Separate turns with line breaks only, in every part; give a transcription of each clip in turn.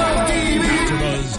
AfterBuzz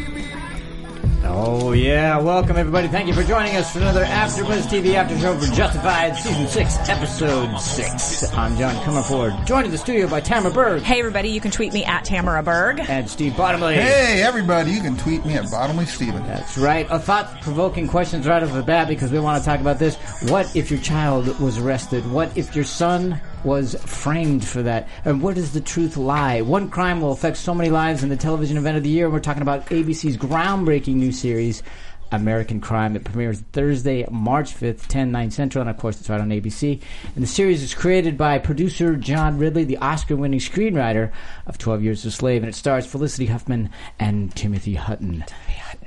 Oh yeah, welcome everybody. Thank you for joining us for another AfterBuzz TV After Show for Justified Season 6, Episode 6. I'm John Comerford, joined in the studio by Tamara Berg
Hey, everybody, you can tweet me at Tamara Berg.
and Steve Bottomley.
Hey, everybody, you can tweet me at Bottomley Steven.
That's right. A thought-provoking questions right off the bat because we want to talk about this. What if your child was arrested? What if your son was framed for that? And what does the truth lie? One crime will affect so many lives in the television event of the year. We're talking about ABC's groundbreaking new series, American Crime. It premieres Thursday, March 5th, 10, 9 Central, and of course it's right on ABC. And the series is created by producer John Ridley, the Oscar-winning screenwriter of 12 Years a Slave, and it stars Felicity Huffman and Timothy Hutton.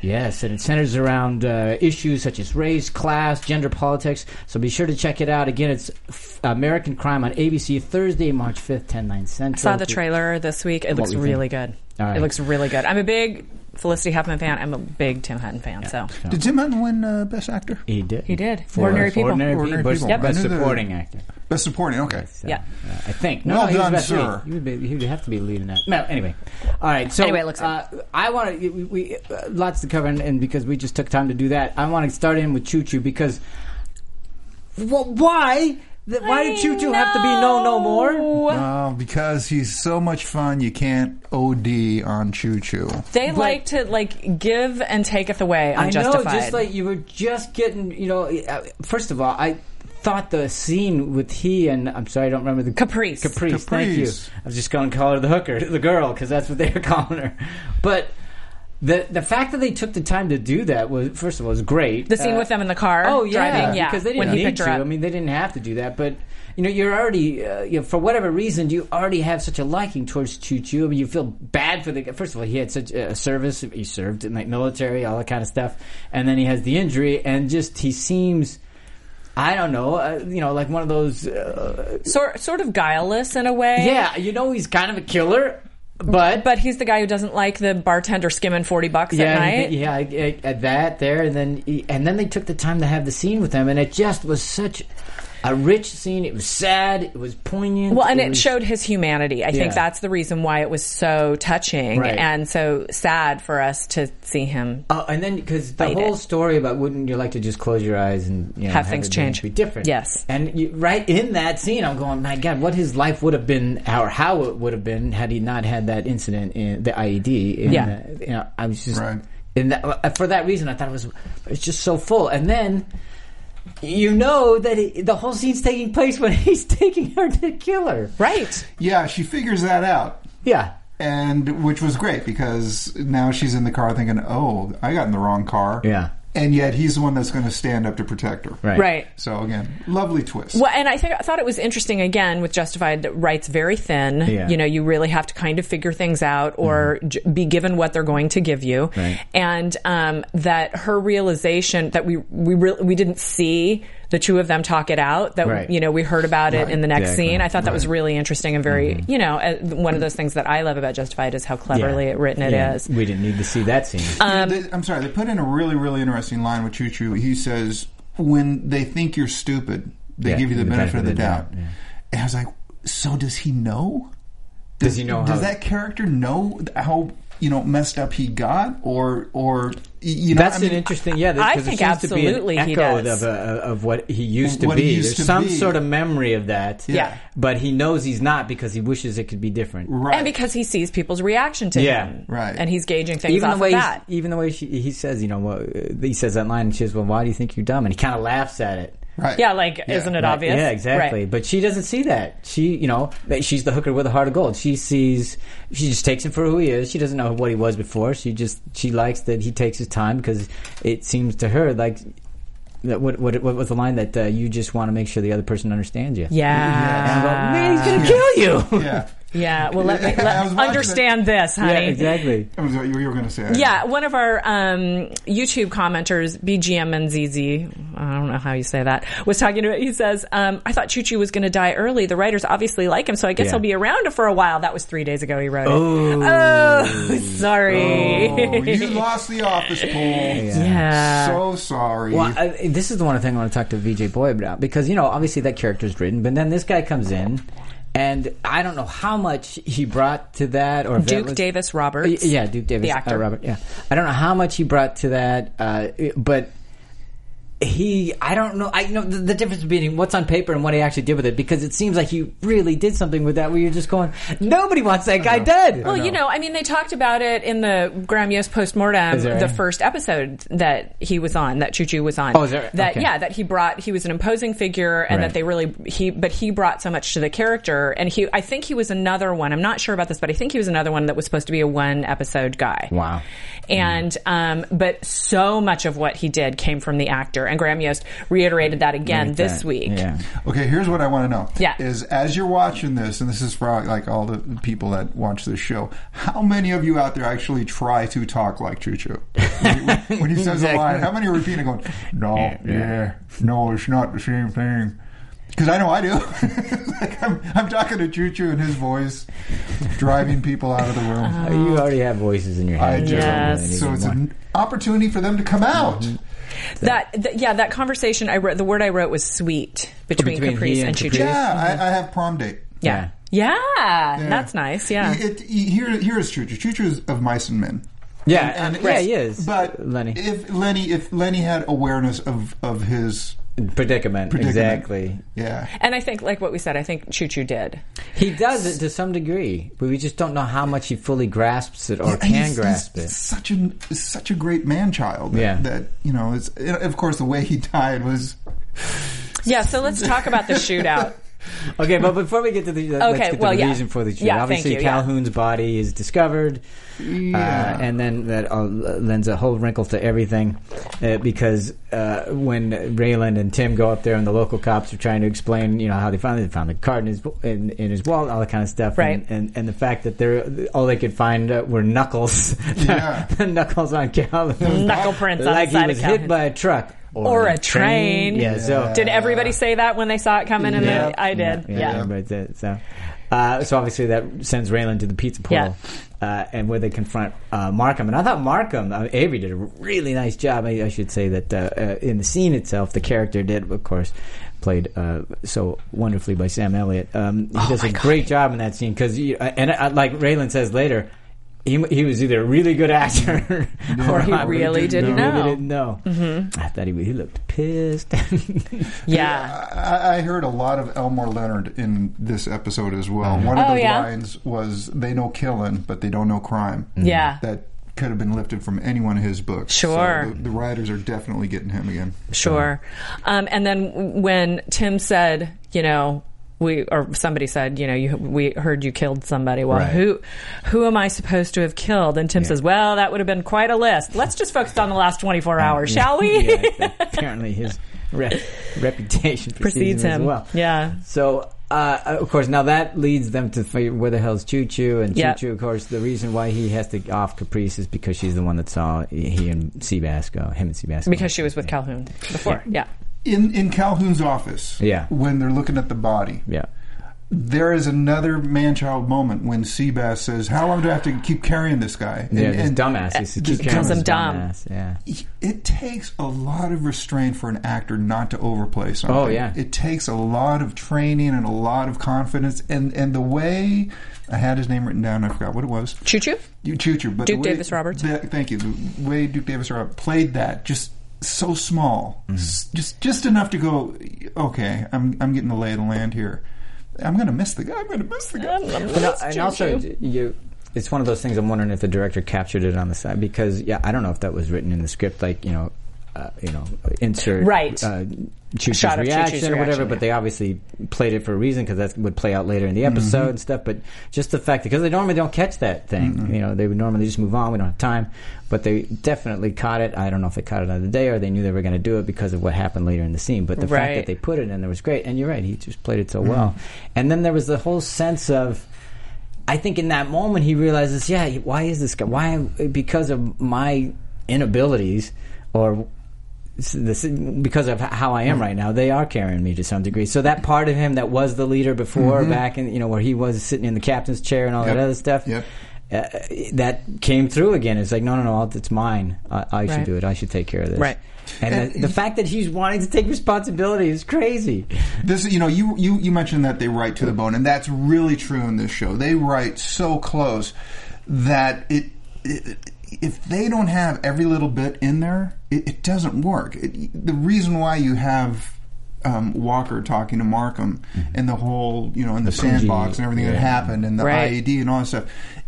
Yes, and it centers around uh, issues such as race, class, gender politics. So be sure to check it out. Again, it's f- American Crime on ABC Thursday, March 5th, 10, 9 Central.
Saw the trailer this week. It looks
we think?
really good.
All right.
It looks really good. I'm a big Felicity Huffman fan. I'm a big Tim Hutton fan. So
Did Tim Hutton win uh, Best Actor?
He did.
He did. Ordinary People.
Ordinary,
Ordinary
People.
People.
Best-
I
Best
knew the-
supporting actor.
Best Supporting, okay.
So,
Yeah.
uh, I think. No, no,
Well
he was
done,
best
sir.
lead. He would, be, he would have to be leading that. No, anyway. All right. So
Anyway, it looks
uh, I want to. We, we uh, lots to cover, and, and because we just took time to do that, I want to start in with Choo Choo because. Well, why? The, why did
I
Choo Choo have to be no, no more?
know.
Uh, because he's so much fun, you can't OD on Choo Choo.
They like to like give and taketh away.
I
on
know,
Justified.
just like you were just getting. You know, uh, first of all, I thought the scene with he and I'm sorry, I don't remember the
Caprice.
Caprice. Thank you.
Caprice.
I was just going to call her the hooker, the girl, because that's what they were calling her. But the the fact that they took the time to do that was first of all was great.
the scene
Uh,
with them in the car.
Oh yeah,
driving, yeah.
because they
when
didn't
he
need
picked
to.
her up.
I mean, they didn't have to do that, but. You know, you're already, uh, you know, for whatever reason, you already have such a liking towards Choo Choo. I mean, you feel bad for the first of all, he had such a service, he served in the military, all that kind of stuff, and then he has the injury, and just he seems, I don't know, uh, you know, like one of those uh,
sort sort of guileless in a way.
yeah, you know he's kind of a killer, but
But he's the guy who doesn't like the bartender skimming forty bucks
yeah,
at
and
night.
he- yeah, I- I- I- that there, and then he- and then they took the time to have the scene with him, and it just was such a rich scene. It was sad, it was poignant.
Well, and it
was-
showed his humanity. I
Mm. Yeah.
think that's the reason why it was so touching
Right.
and so sad for us to see him.
Oh, and then because the
Fight
whole
it.
story about wouldn't you like to just close your eyes and you know,
Have things
everything
change.
be different?
Yes.
and you, right in that scene, I'm going, my God, what his life would have been, or how it would have been had he not had that incident in the IED. In
Yeah.
the- you know, I was just,
Right.
and that, uh, for that reason, I thought it was it's just so full, and then. You know that it, the whole scene's taking place when he's taking her to kill her.
Right.
Yeah, she figures that out.
Yeah.
And which was great because now she's in the car thinking, oh, I got in the wrong car.
Yeah.
And yet he's the one that's going to stand up to protect her.
Right.
Right.
So again, lovely twist.
Well, and I think I thought it was interesting again with Justified that rights very thin.
Yeah. Mm-hmm.
You know, you really have to kind of figure things out or j- be given what they're going to give you.
Right.
And um, that her realization that we we re- we didn't see the two of them talk it out. That
Right.
you know we heard about it in the next
Exactly. Mm-hmm.
scene. I thought that was really interesting and very you know uh, one of those things that I love about Justified is how cleverly
Yeah.
written it is.
Yeah, We didn't need to see that scene.
They- I'm sorry, they put in a really, really interesting line with Choo Choo. He says, when they think you're stupid, they
Yeah,
give you the, benefit, of the, doubt. And I was like, so does he know?
Does he know
Does
how-
that character know how you know messed up he got, or or y- you know?
That's
I mean,
an interesting. Yeah,
I
because it
think
seems to be an
absolutely he
echo
does.
of, uh, of what he used to
What he
be.
used
There's
to
some
be.
sort of memory of that.
Yeah.
but he knows he's not because he wishes it could be different.
Right.
And because he sees people's reaction to
Yeah.
him,
Right.
And he's gauging things
Even
off
the way,
of that.
he- even the way she, he says, you know, well, uh, he says that line, and she says, "Well, why do you think you're dumb?" And he kind of laughs at it.
right.
Yeah, like isn't it
Right.
obvious?
Yeah, exactly.
Right.
But she doesn't see that. She, you know, that she's the hooker with a heart of gold. She sees, she just takes him for who he is. She doesn't know what he was before. She just, she likes that he takes his time because it seems to her like that what, what, what was the line that uh, you just want to make sure the other person understands you? And go,
Yeah.
man, he's gonna kill you.
Yeah.
Yeah. Well, let me
I
let,
was watching
understand this, honey.
yeah, exactly.
That was what you you were going to say.
Yeah, one of our um, YouTube commenters, BGM and ZZ, I don't know how you say that, was talking to He says, um, I thought Choo Choo was going to die early. The writers obviously like him, so I guess
Yeah.
he'll be around for a while. That was three days ago he wrote it. Oh, sorry.
Oh, you lost the office pool.
Yeah.
So sorry.
Well, I, this is the one thing I want to talk to VJ Boy about because you know obviously that character is written, but then this guy comes in, and I don't know how much he brought to that or if that
Duke
was-
Davis Roberts.
Y- Yeah, Duke Davis,
The actor.
uh, Robert. Yeah, I don't know how much he brought to that, uh, but he, I don't know. I you know the, the difference between what's on paper and what he actually did with it because it seems like he really did something with that. Where you're just going, nobody wants that guy dead.
Well, you know, I mean, they talked about it in the Graham Yost postmortem,
Is there
the
any-
first episode that he was on, that Choo Choo was on.
Oh, is there-
That
okay.
yeah, that he brought. He was an imposing figure, and
Right.
that they really he, but he brought so much to the character, and he. I think he was another one. I'm not sure about this, but I think he was another one that was supposed to be a one episode guy.
Wow.
And um, but so much of what he did came from the actor, and Graham Yost reiterated that again this
That-
week.
Yeah.
Okay, here's what I want to know.
Yeah.
Is as you're watching this, and this is for like all the people that watch this show, how many of you out there actually try to talk like Choo Choo? When, he- when he says
Exactly.
a line, how many are repeating going, no, yeah, no, it's not the same thing? Because I know I do. like I'm, I'm talking to Choo Choo in his voice, driving people out of the room.
Oh, You already have voices in your head.
Um, I do.
Uh-huh. Yes.
So it's an opportunity for them to come out.
That, that yeah, that conversation I wrote. The word I wrote was sweet between,
Between
Caprice
he
and
and
Choo
Caprice.
Choo.
Yeah, I, I have prom date.
Yeah. Yeah. That's nice. Yeah.
It, it- here, here is Choo Choo. Choo Choo is of mice and men.
yeah,
And-
yeah, he is.
But
Lenny
if Lenny, if Lenny had awareness of of his
predicament,
predicament,
exactly.
yeah,
and I think, like what we said, I think Choo Choo did.
He does it to some degree, but we just don't know how much he fully grasps it or
And
can
he's-
grasp
he's
it.
Such a such a great man child. That,
Yeah.
that you know, it's and of course the way he died was
Yeah. So let's talk about the shootout.
Okay, but before we get to the, let's
Okay,
get to
well,
the
yeah.
reason for the shooting.
Yeah, thank
Obviously,
you, yeah.
Calhoun's body is discovered, uh, and then that uh, lends a whole wrinkle to everything uh, because uh, when Raylan and Tim go up there and the local cops are trying to explain, you know, how they found it, they found the card in his in, in his wallet, all that kind of stuff,
Right.
And and, and the fact that they're all they could find uh, were knuckles,
Yeah.
the knuckles on Calhoun,
Knuckle prints on
like
the side
he was
of
hit
Calhoun.
by a truck
Or a train.
Yeah, so
Did everybody say that when they saw it coming? And
Yeah.
they- I did. Yeah.
everybody did. So, uh, so obviously that sends Raylan to the pizza portal, uh, and where they confront uh, Markham. And I thought Markham, uh, Avery did a really nice job. I, I should say that uh, uh, in the scene itself, the character did, of course, played uh, so wonderfully by Sam Elliott. Um, he
Oh
does a great job in that scene because, and uh, like Raylan says later. He, he was either a really good actor or
He
not.
really
He
didn't
really
know. Mm-hmm.
didn't know. I thought he, he looked pissed.
Yeah.
I, I heard a lot of Elmore Leonard in this episode as well.
Mm-hmm.
One of
Oh,
the
yeah?
lines was, "They know killing, but they don't know crime."
Yeah.
Mm. that could have been lifted from any one of his books.
Sure.
so the, the writers are definitely getting him again.
Sure. Um, and then when Tim said, you know, we or somebody said, you know, you, we heard you killed somebody. Well,
Right.
who who am I supposed to have killed? And Tim says, well, that would have been quite a list. Let's just focus on the last 24 hours, shall we?
yeah, apparently his re- reputation precedes,
Precedes
him,
him.
as well.
Yeah.
So, uh, of course, now that leads them to figure where the hell's Choo Choo, and
Yep.
Choo Choo, of course, the reason why he has to off Caprice is because she's the one that saw he and Seabass go, him and Seabass. go.
Because she was with Calhoun before. Yeah.
In in Calhoun's office,
Yeah.
when they're looking at the body,
yeah.
there is another man-child moment when Seabass says, "How long do I have to keep carrying this guy?" And,
Yeah, this
and
dumbass. He's
Just
keep carrying
calls him
this
dumb.
dumbass. Yeah.
it takes a lot of restraint for an actor not to overplay something.
Oh, yeah.
it takes a lot of training and a lot of confidence. And and the way I had his name written down, I forgot what it was.
Choo choo.
You choo choo, but the
Duke Davis Roberts.
that- thank you. The way Duke Davis Roberts played that, just so small, S- just just enough to go. Okay, I'm I'm getting the lay of the land here. I'm gonna miss the guy. I'm gonna miss the guy.
But no, and also, you. It's one of those things. I'm wondering if the director captured it on the side because, yeah, I don't know if that was written in the script. Like, you know, uh, you know, insert
Right.
uh, Choo-Choo's
Shot of Choo-Choo's
reaction or whatever.
reaction,
But
yeah.
they obviously played it for a reason because that would play out later in the episode and stuff. But just the fact because they normally don't catch that thing, you know, they would normally just move on. We don't have time, but they definitely caught it. I don't know if they caught it on the day or they knew they were going to do it because of what happened later in the scene. But the fact that
Right.
they put it in there was great. And you're right, he just played it
Mm-hmm.
so well. And then there was the whole sense of. I think in that moment he realizes, yeah, why is this guy? Why because of my inabilities or this, because of how
Mm-hmm.
I am right now, they are carrying me to some degree. So that part of him that was the leader before, back in you know where he was sitting in the captain's chair and all
Mm-hmm. Yep.
that other stuff,
Yep.
uh, that came through again. It's like no, no, no, it's mine. I, I should
Right.
do it. I should take care of this.
Right.
And, the, the fact that he's wanting to take responsibility is crazy.
This, you know, you, you you mentioned that they write to the bone, and that's really true in this show. They write so close that it, it if they don't have every little bit in there, it, it doesn't work. It, the reason why you have um, Walker talking to Markham and the whole, you know, in the, sandbox and everything that happened, and the
Right.
IED and all that stuff.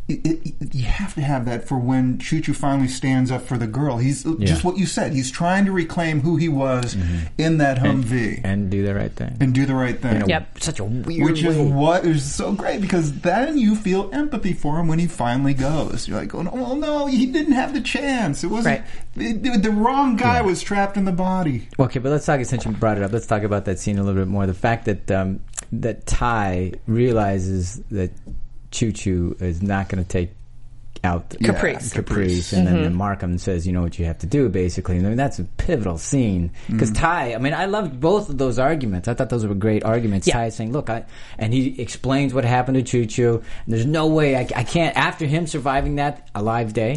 It, it, you have to have that for when Choo Choo finally stands up for the girl. He's just what you said. He's trying to reclaim who he was in that Humvee
And do the right thing.
and do the right thing.
Yep.
Such a weird
Which is
way.
what is so great because then you feel empathy for him when he finally goes. You're like, oh no, well, no, he didn't have the chance. It wasn't the, the wrong guy was trapped in the body.
Okay, but let's talk. Since you brought it up, let's talk about that scene a little bit more. The fact that um, that Ty realizes that Choo Choo is not going to take out the-
Caprice. Mm-hmm.
Caprice, and then Markham says, "You know what you have to do," basically. And I mean, that's a pivotal scene because
Mm-hmm.
Ty. I mean, I loved both of those arguments. I thought those were great arguments.
Yeah.
Ty saying, "Look," I, and he explains what happened to Choo Choo. There's no way I, I can't. After him surviving that alive day,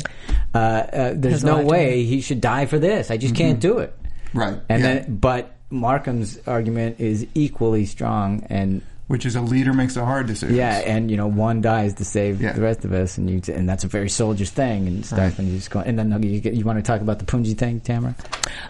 uh, uh, there's
His
no
alive Mm-hmm.
way he should die for this. I just can't do it.
Right.
And
yeah.
then, but Markham's argument is equally strong, and
which is a leader makes a hard decision.
yeah, and you know, one dies to save
Yeah.
the rest of us, and you, and that's a very soldier's thing, and stuff, and you just go, and then you, get- you want to talk about the Punji thing, Tamara?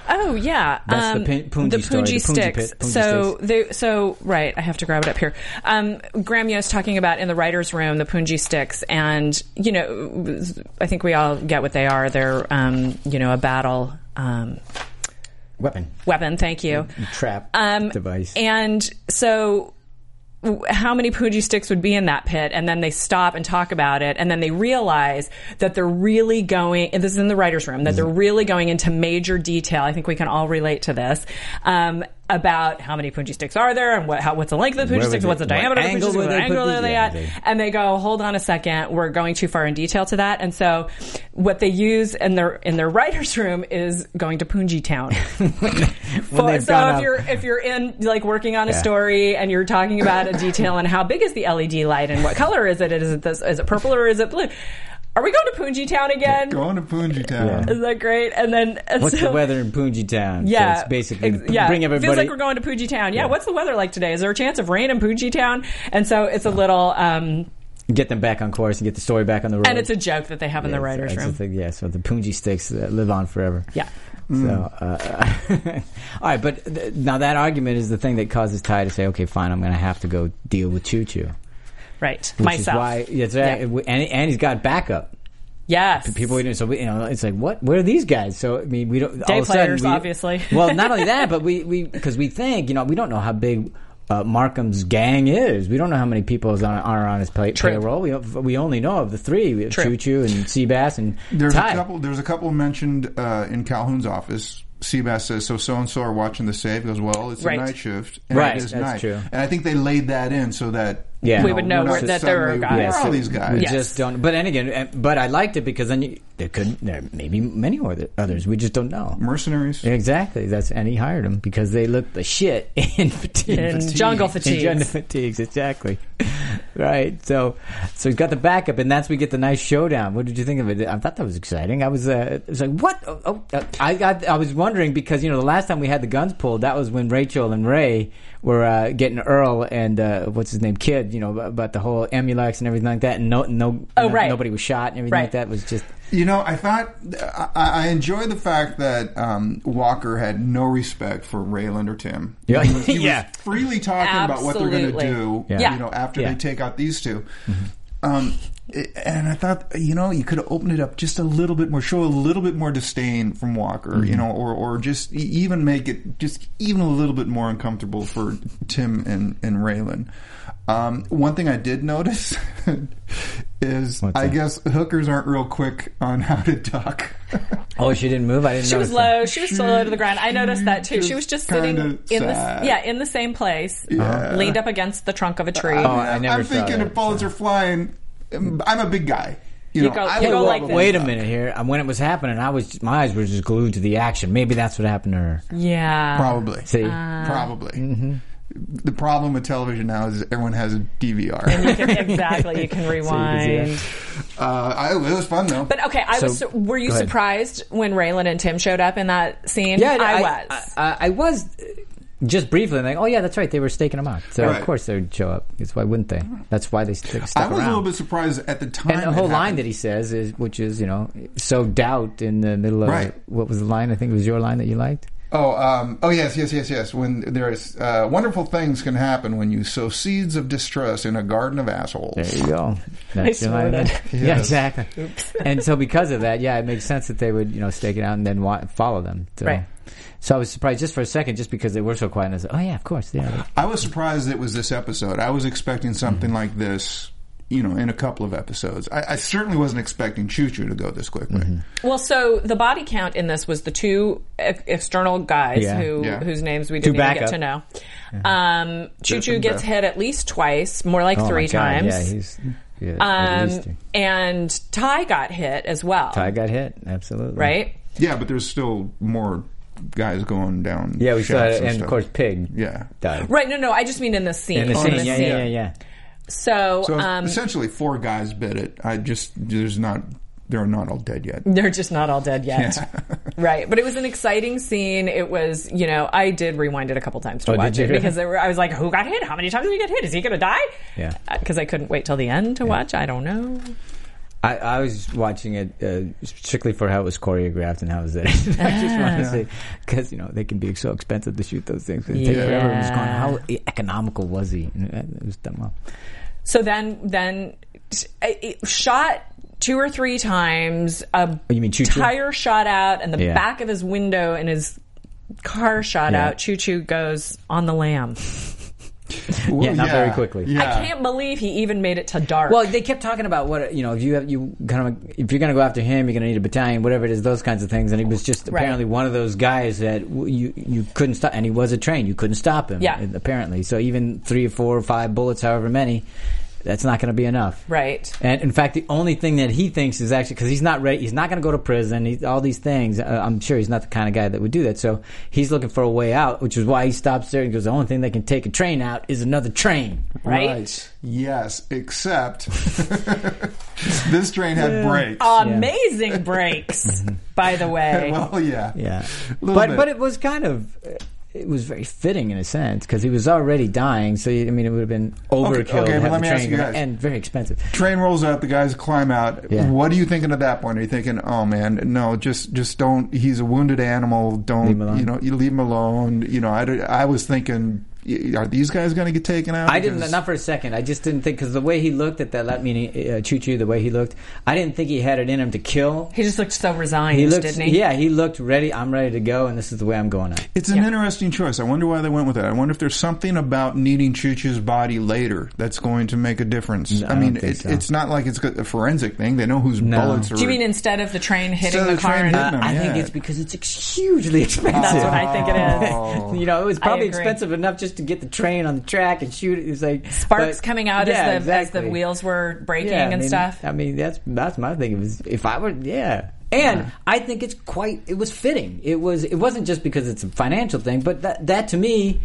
Oh yeah,
That's the pin- Punji
the
story, the Punji
Punji sticks.
pit, Punji
so
sticks.
they, so right. I have to grab it up here. Um, Graham is talking about in the writers' room the Punji sticks, and you know, I think we all get what they are. They're um, you know a battle um,
Weapon,
weapon. Thank you.
Mm,
Um,
trap, device.
And so w- how many Puji sticks would be in that pit? And then they stop and talk about it. And then they realize that they're really going, and this is in the writer's room,
Mm.
that they're really going into major detail. I think we can all relate to this. Um, about how many Punji sticks are there and what, how, what's the length of the
Where
Punji
was
sticks,
it?
what's the
What
diameter of the Punji
angle
sticks,
were
what
they put
angle
these-
are they
yeah,
at?
they-
and they go, "Hold on a second, we're going too far in detail to that." And so, what they use in their in their writers' room is going to Punji Town.
they've
so
gone up-
if you're if you're in like working on a
Yeah.
story and you're talking about a detail and how big is the LED light and what color is it? Is it this? Is it purple or is it blue? Are we going to Punji Town again?
Going to Punji Town.
Yeah.
Is that great? And then and
What's
so,
the weather in Punji Town? So
yeah,
it's basically
ex-
p- bring everybody.
Feels like we're going to Puji Town. Yeah,
Yeah.
what's the weather like today? Is there a chance of rain in Puji Town? And so it's a little, um,
get them back on course and get the story back on the road.
and it's a joke that they have in the writers'
That's
room.
the thing, yeah, so the Punji sticks uh, live on forever.
Yeah.
Mm.
So, uh, all right, but th- now that argument is the thing that causes Ty to say, "Okay, fine, I'm going to have to go deal with Choo Choo."
Right.
Which
Myself.
Is why, yeah, it's right.
Yeah.
and, and he's got backup.
yes.
People we didn't, so we, you know, it's like, what? Where are these guys? So I mean, we don't.
Day
all of a sudden,
players,
we-
obviously.
well, not only that, but we we because we think, you know, we don't know how big. Uh, Markham's gang is. We don't know how many people is on, are on his pay,
True.
payroll. We, we only know of the three: We have
True.
Choo Choo and Seabass and
There's
Ty.
a couple. There's a couple mentioned uh, in Calhoun's office. Seabass says, "So so and so are watching the save." He goes, "Well, it's
Right.
a night shift, and
Right,
It is
that's
night.
true.
And I think they laid that in so that
Yeah.
you
We would know
we're
where-
not
that there were
suddenly,
guys.
Where
Yeah,
are
so
these guys?
We
Yes.
just don't. But and again, uh, but I liked it because then you, there could there may be many other, others. We just don't know.
Mercenaries.
Exactly. That's and he hired him because they looked the shit in fatigue.
In jungle
In
fatigues.
jungle fatigues. Exactly. right. So, so he's got the backup, and that's we get the nice showdown. What did you think of it? I thought that was exciting. I was, uh, I was like, what? Oh, oh, uh, I, I, I was wondering because you know the last time we had the guns pulled, that was when Rachel and Ray were uh, getting Earl and uh, what's his name, Kid. You know about the whole Emulex and everything like that, and no, no,
Oh,
no-
right.
nobody was shot and everything
Right.
like that. It was just
You know, I thought I, I enjoyed the fact that um, Walker had no respect for Rayland or Tim.
Yeah.
he was, he was
Yeah.
freely talking about what they're going to
Absolutely.
do.
Yeah.
you know, after
Yeah.
they take out these 2 Um, and I thought, you know, you could have opened it up just a little bit more, show a little bit more disdain from Walker, you
Mm-hmm.
know, or or just e- even make it just even a little bit more uncomfortable for Tim and and Raylan. Um, one thing I did notice is
What's
I
that?
guess hookers aren't real quick on how to duck.
Oh, she didn't move. I didn't.
She was
notice that.
low. She was so low to the ground. I noticed that too. She was just sitting
Kinda
in the
sad.
yeah in the same place, Uh-huh. leaned up against the trunk of a tree.
Oh, I never
am
saw
thinking
that,
if bullets are flying, um, I'm a big guy. You,
You
know,
go-
I
you
would
go
love
like
a
this.
Wait a minute here. And when it was happening, I was my eyes were just glued to the action. Maybe that's what happened to her.
yeah.
Probably.
See,
Uh,
Mm-hmm.
Probably. The problem with television now is everyone has a
You
DVR.
can- exactly. You can rewind.
uh, I, it was fun though.
But okay, I
So-
was. Were you
go ahead.
surprised when Raylan and Tim showed up in that scene? I, was.
I, I, I was uh, just briefly like, oh yeah, that's right. They were staking them out, so
Right.
of course they would show up. That's why wouldn't they? That's why they st- stuck
I was
around.
a little bit surprised at the time.
and the
it
whole line
happened.
that he says is, which is, you know, so doubt in the middle of
Right.
what was the line? I think it was your line that you liked.
Oh, um, oh yes, yes, yes, yes. When there is uh, wonderful things can happen when you sow seeds of distrust in a garden of assholes.
There you go. That's your line.
snorted.
Yeah,
Yes.
exactly. and so because of that, yeah, it makes sense that they would, you know, stake it out and then wa- follow them. So.
Right.
So I was surprised just for a second, just because they were so quiet. And I said, "Oh yeah, of course, yeah."
I was surprised it was this episode. I was expecting something
Mm-hmm.
like this, you know, in a couple of episodes. I, I certainly wasn't expecting Choo Choo to go this quickly.
Mm-hmm.
Well, so the body count in this was the two ex- external guys
Yeah.
who
Yeah.
whose names we didn't even get
backup.
to know. Um, Choo Choo
and
gets
Beth.
hit at least twice, more like
Oh,
three
my God,
times.
Yeah, he's yeah, at least
um, and Ty got hit as well.
I got hit absolutely.
right?
Yeah, but there's still more guys going down.
Yeah, we saw
shafts
it, and of
stuff.
course, Pig
Yeah.
died.
Right. No, no. I just mean in this scene.
In the
in
scene,
this
yeah,
scene.
yeah, yeah, yeah.
So,
So
um,
essentially, four guys bid it. I just there's not they're not all dead yet.
they're just not all dead yet. right. But it was an exciting scene. It was, you know, I did rewind it a couple times to
Oh, did
watch
you?
it because there were, I was like, who got hit? How many times did he get hit? Is he going to die?
Yeah.
Because I couldn't wait till the end to watch. I don't know.
I, I was watching it uh, strictly for how it was choreographed and how it was edited. I just want to say because you know they can be so expensive to shoot those things. It takes forever. I'm just going, how e- economical was he? And it it was done well.
So then, then t- it shot two or three times. A
Oh, you mean Choo Choo?
Tire shot out, and the
Yeah.
back of his window and his car shot
Yeah.
out. Choo Choo goes on the lamb.
Yeah, not very quickly.
Yeah.
I can't believe he even made it to dark.
Well, they kept talking about what you know. If you have you kind of if you're going to go after him, you're going to need a battalion, whatever it is, those kinds of things. And he was just apparently one of those guys that w- you you couldn't stop, and he was a train. You couldn't stop him.
Yeah.
and apparently. So even three or four or five bullets, however many, that's not going to be enough.
right.
And in fact, the only thing that he thinks is actually because he's not ready, he's not going to go to prison. He's, all these things, uh, I'm sure he's not the kind of guy that would do that. So he's looking for a way out, which is why he stops there and goes. The only thing that can take a train out is another train.
Right.
Yes, except this train had brakes.
Oh. Amazing breaks, by the way.
well, yeah,
Yeah,
Little
but
bit.
but it was kind of uh, it was very fitting in a sense because he was already dying. So I mean, it would have been overkill
okay,
to
but
have
let
the
me ask
train
you
go-
guys.
and very expensive.
Train rolls out. The guys climb out.
Yeah.
What are you thinking at that point? Are you thinking, "Oh man, no, just just don't. He's a wounded animal. Don't
Leave him alone.
you know? You leave him alone. You know." I, d- I was thinking, y- are these guys going to get taken out?
I didn't
Because-
not for a second. I just didn't think because the way he looked at that, that meaning uh, Choo Choo, the way he looked, I didn't think he had it in him to kill.
He just looked so resigned,
He looked,
didn't he?
yeah, he looked ready. I'm ready to go, and this is the way I'm going out.
It's an interesting choice. I wonder why they went with that. I wonder if there's something about needing Choo Choo's body later that's going to make a difference. I
I
mean,
don't think
it,
so.
it's not like it's a forensic thing. They know whose
No.
bullets are.
Do you mean instead of the train hitting
of
the,
the
car?
train
and-
hitting
Uh,
him,
I think
yeah.
it's because it's ex- hugely expensive.
That's what I think it
Oh.
is.
you know, it was probably
agree.
expensive enough just to get the train on the track and shoot it. It was like
Sparks
but-
coming out
Yeah,
as, the, as
exactly.
the wheels were breaking
I
and
mean-
stuff.
I mean, that's that's my thing. It was if I were, yeah. And I think it's quite. It was fitting. It was. It wasn't just because it's a financial thing, but that that to me,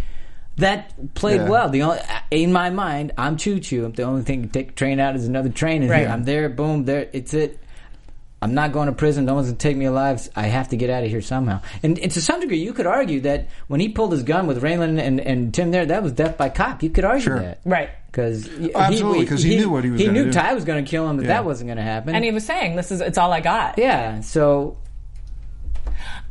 that played
Yeah.
well. The only in my mind, I'm choo choo. The only thing to take a train out is another train. And
Right.
here, I'm there. Boom. There. It's it. I'm not going to prison. No one's going to take me alive. I have to get out of here somehow. And, and to some degree, you could argue that when he pulled his gun with Raylan and, and Tim there, that was death by cop. You could argue
Sure.
that.
Right.
Because
Absolutely, 'cause he knew what he was
He
gonna
knew
do.
Ty was going to kill him, but
Yeah.
that wasn't going to happen.
And he was saying, "This is it's all I got."
yeah, so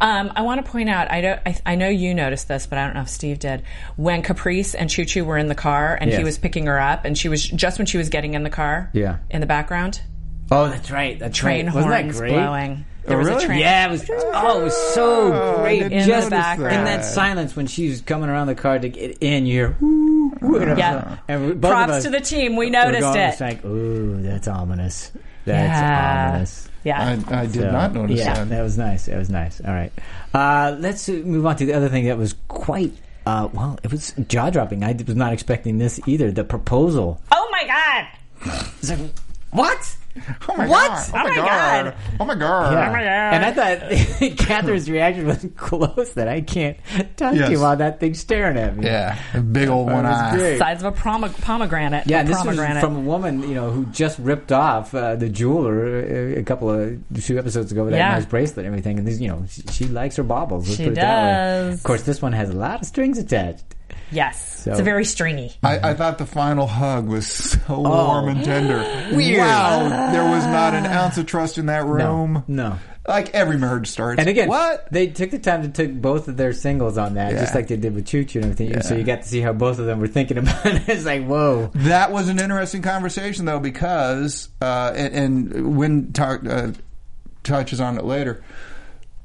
Um, I want to point out. I don't. I, I know you noticed this, but I don't know if Steve did. When Caprice and Choo Choo were in the car, and
Yes.
he was picking her up, and she was just when she was getting in the car.
Yeah.
In the background,
Oh, that's right. That's
train
right. Wasn't that
horns
great?
blowing. There
oh,
was
really?
a train.
Yeah, it was. Oh, it was so great.
didn't
Just
notice
in
that.
that silence when she was coming around the car to get in, you're. Ooh, ooh, and it was,
Yeah.
uh, and we- both of
Props
us
to the team. We
were
noticed
going,
it.
It's like, ooh, that's ominous. That's
Yeah.
ominous.
yeah.
I, I did
So,
not notice
yeah,
that.
that was nice. That was nice. All right, uh, let's uh, move on to the other thing that was quite. Uh, well, it was jaw dropping. I was not expecting this either. The proposal.
oh my god.
It's like, what?
Oh my
What?
god!
Oh my God.
Oh my god!
Yeah.
Oh my God.
And I thought Catherine's reaction was close that I can't touch
Yes.
you while that thing's staring at me.
Yeah, a big old one
was
eye.
great.
Size of a prom- pomegranate.
Yeah,
a
and this was
pomegranate.
from a woman, you know, who just ripped off uh, the jeweler uh, a couple of two episodes ago with that
Yeah.
nice bracelet and everything. And these, you know, she, she likes her baubles. Let's
She
put it that way.
does.
Of course, this one has a lot of strings attached.
yes.
So-
It's a very stringy.
I, I thought the final hug was so
Oh.
warm and tender. Weird. Wow. There was not an ounce of trust in that
No,
room.
no.
Like every marriage starts.
And again,
what?
they took the time to take both of their singles on that,
Yeah.
just like they did with Choo Choo and everything. So you got to see how both of them were thinking about it. It's like, whoa.
That was an interesting conversation, though, because uh, and, and Wynn talk, uh, touches on it later.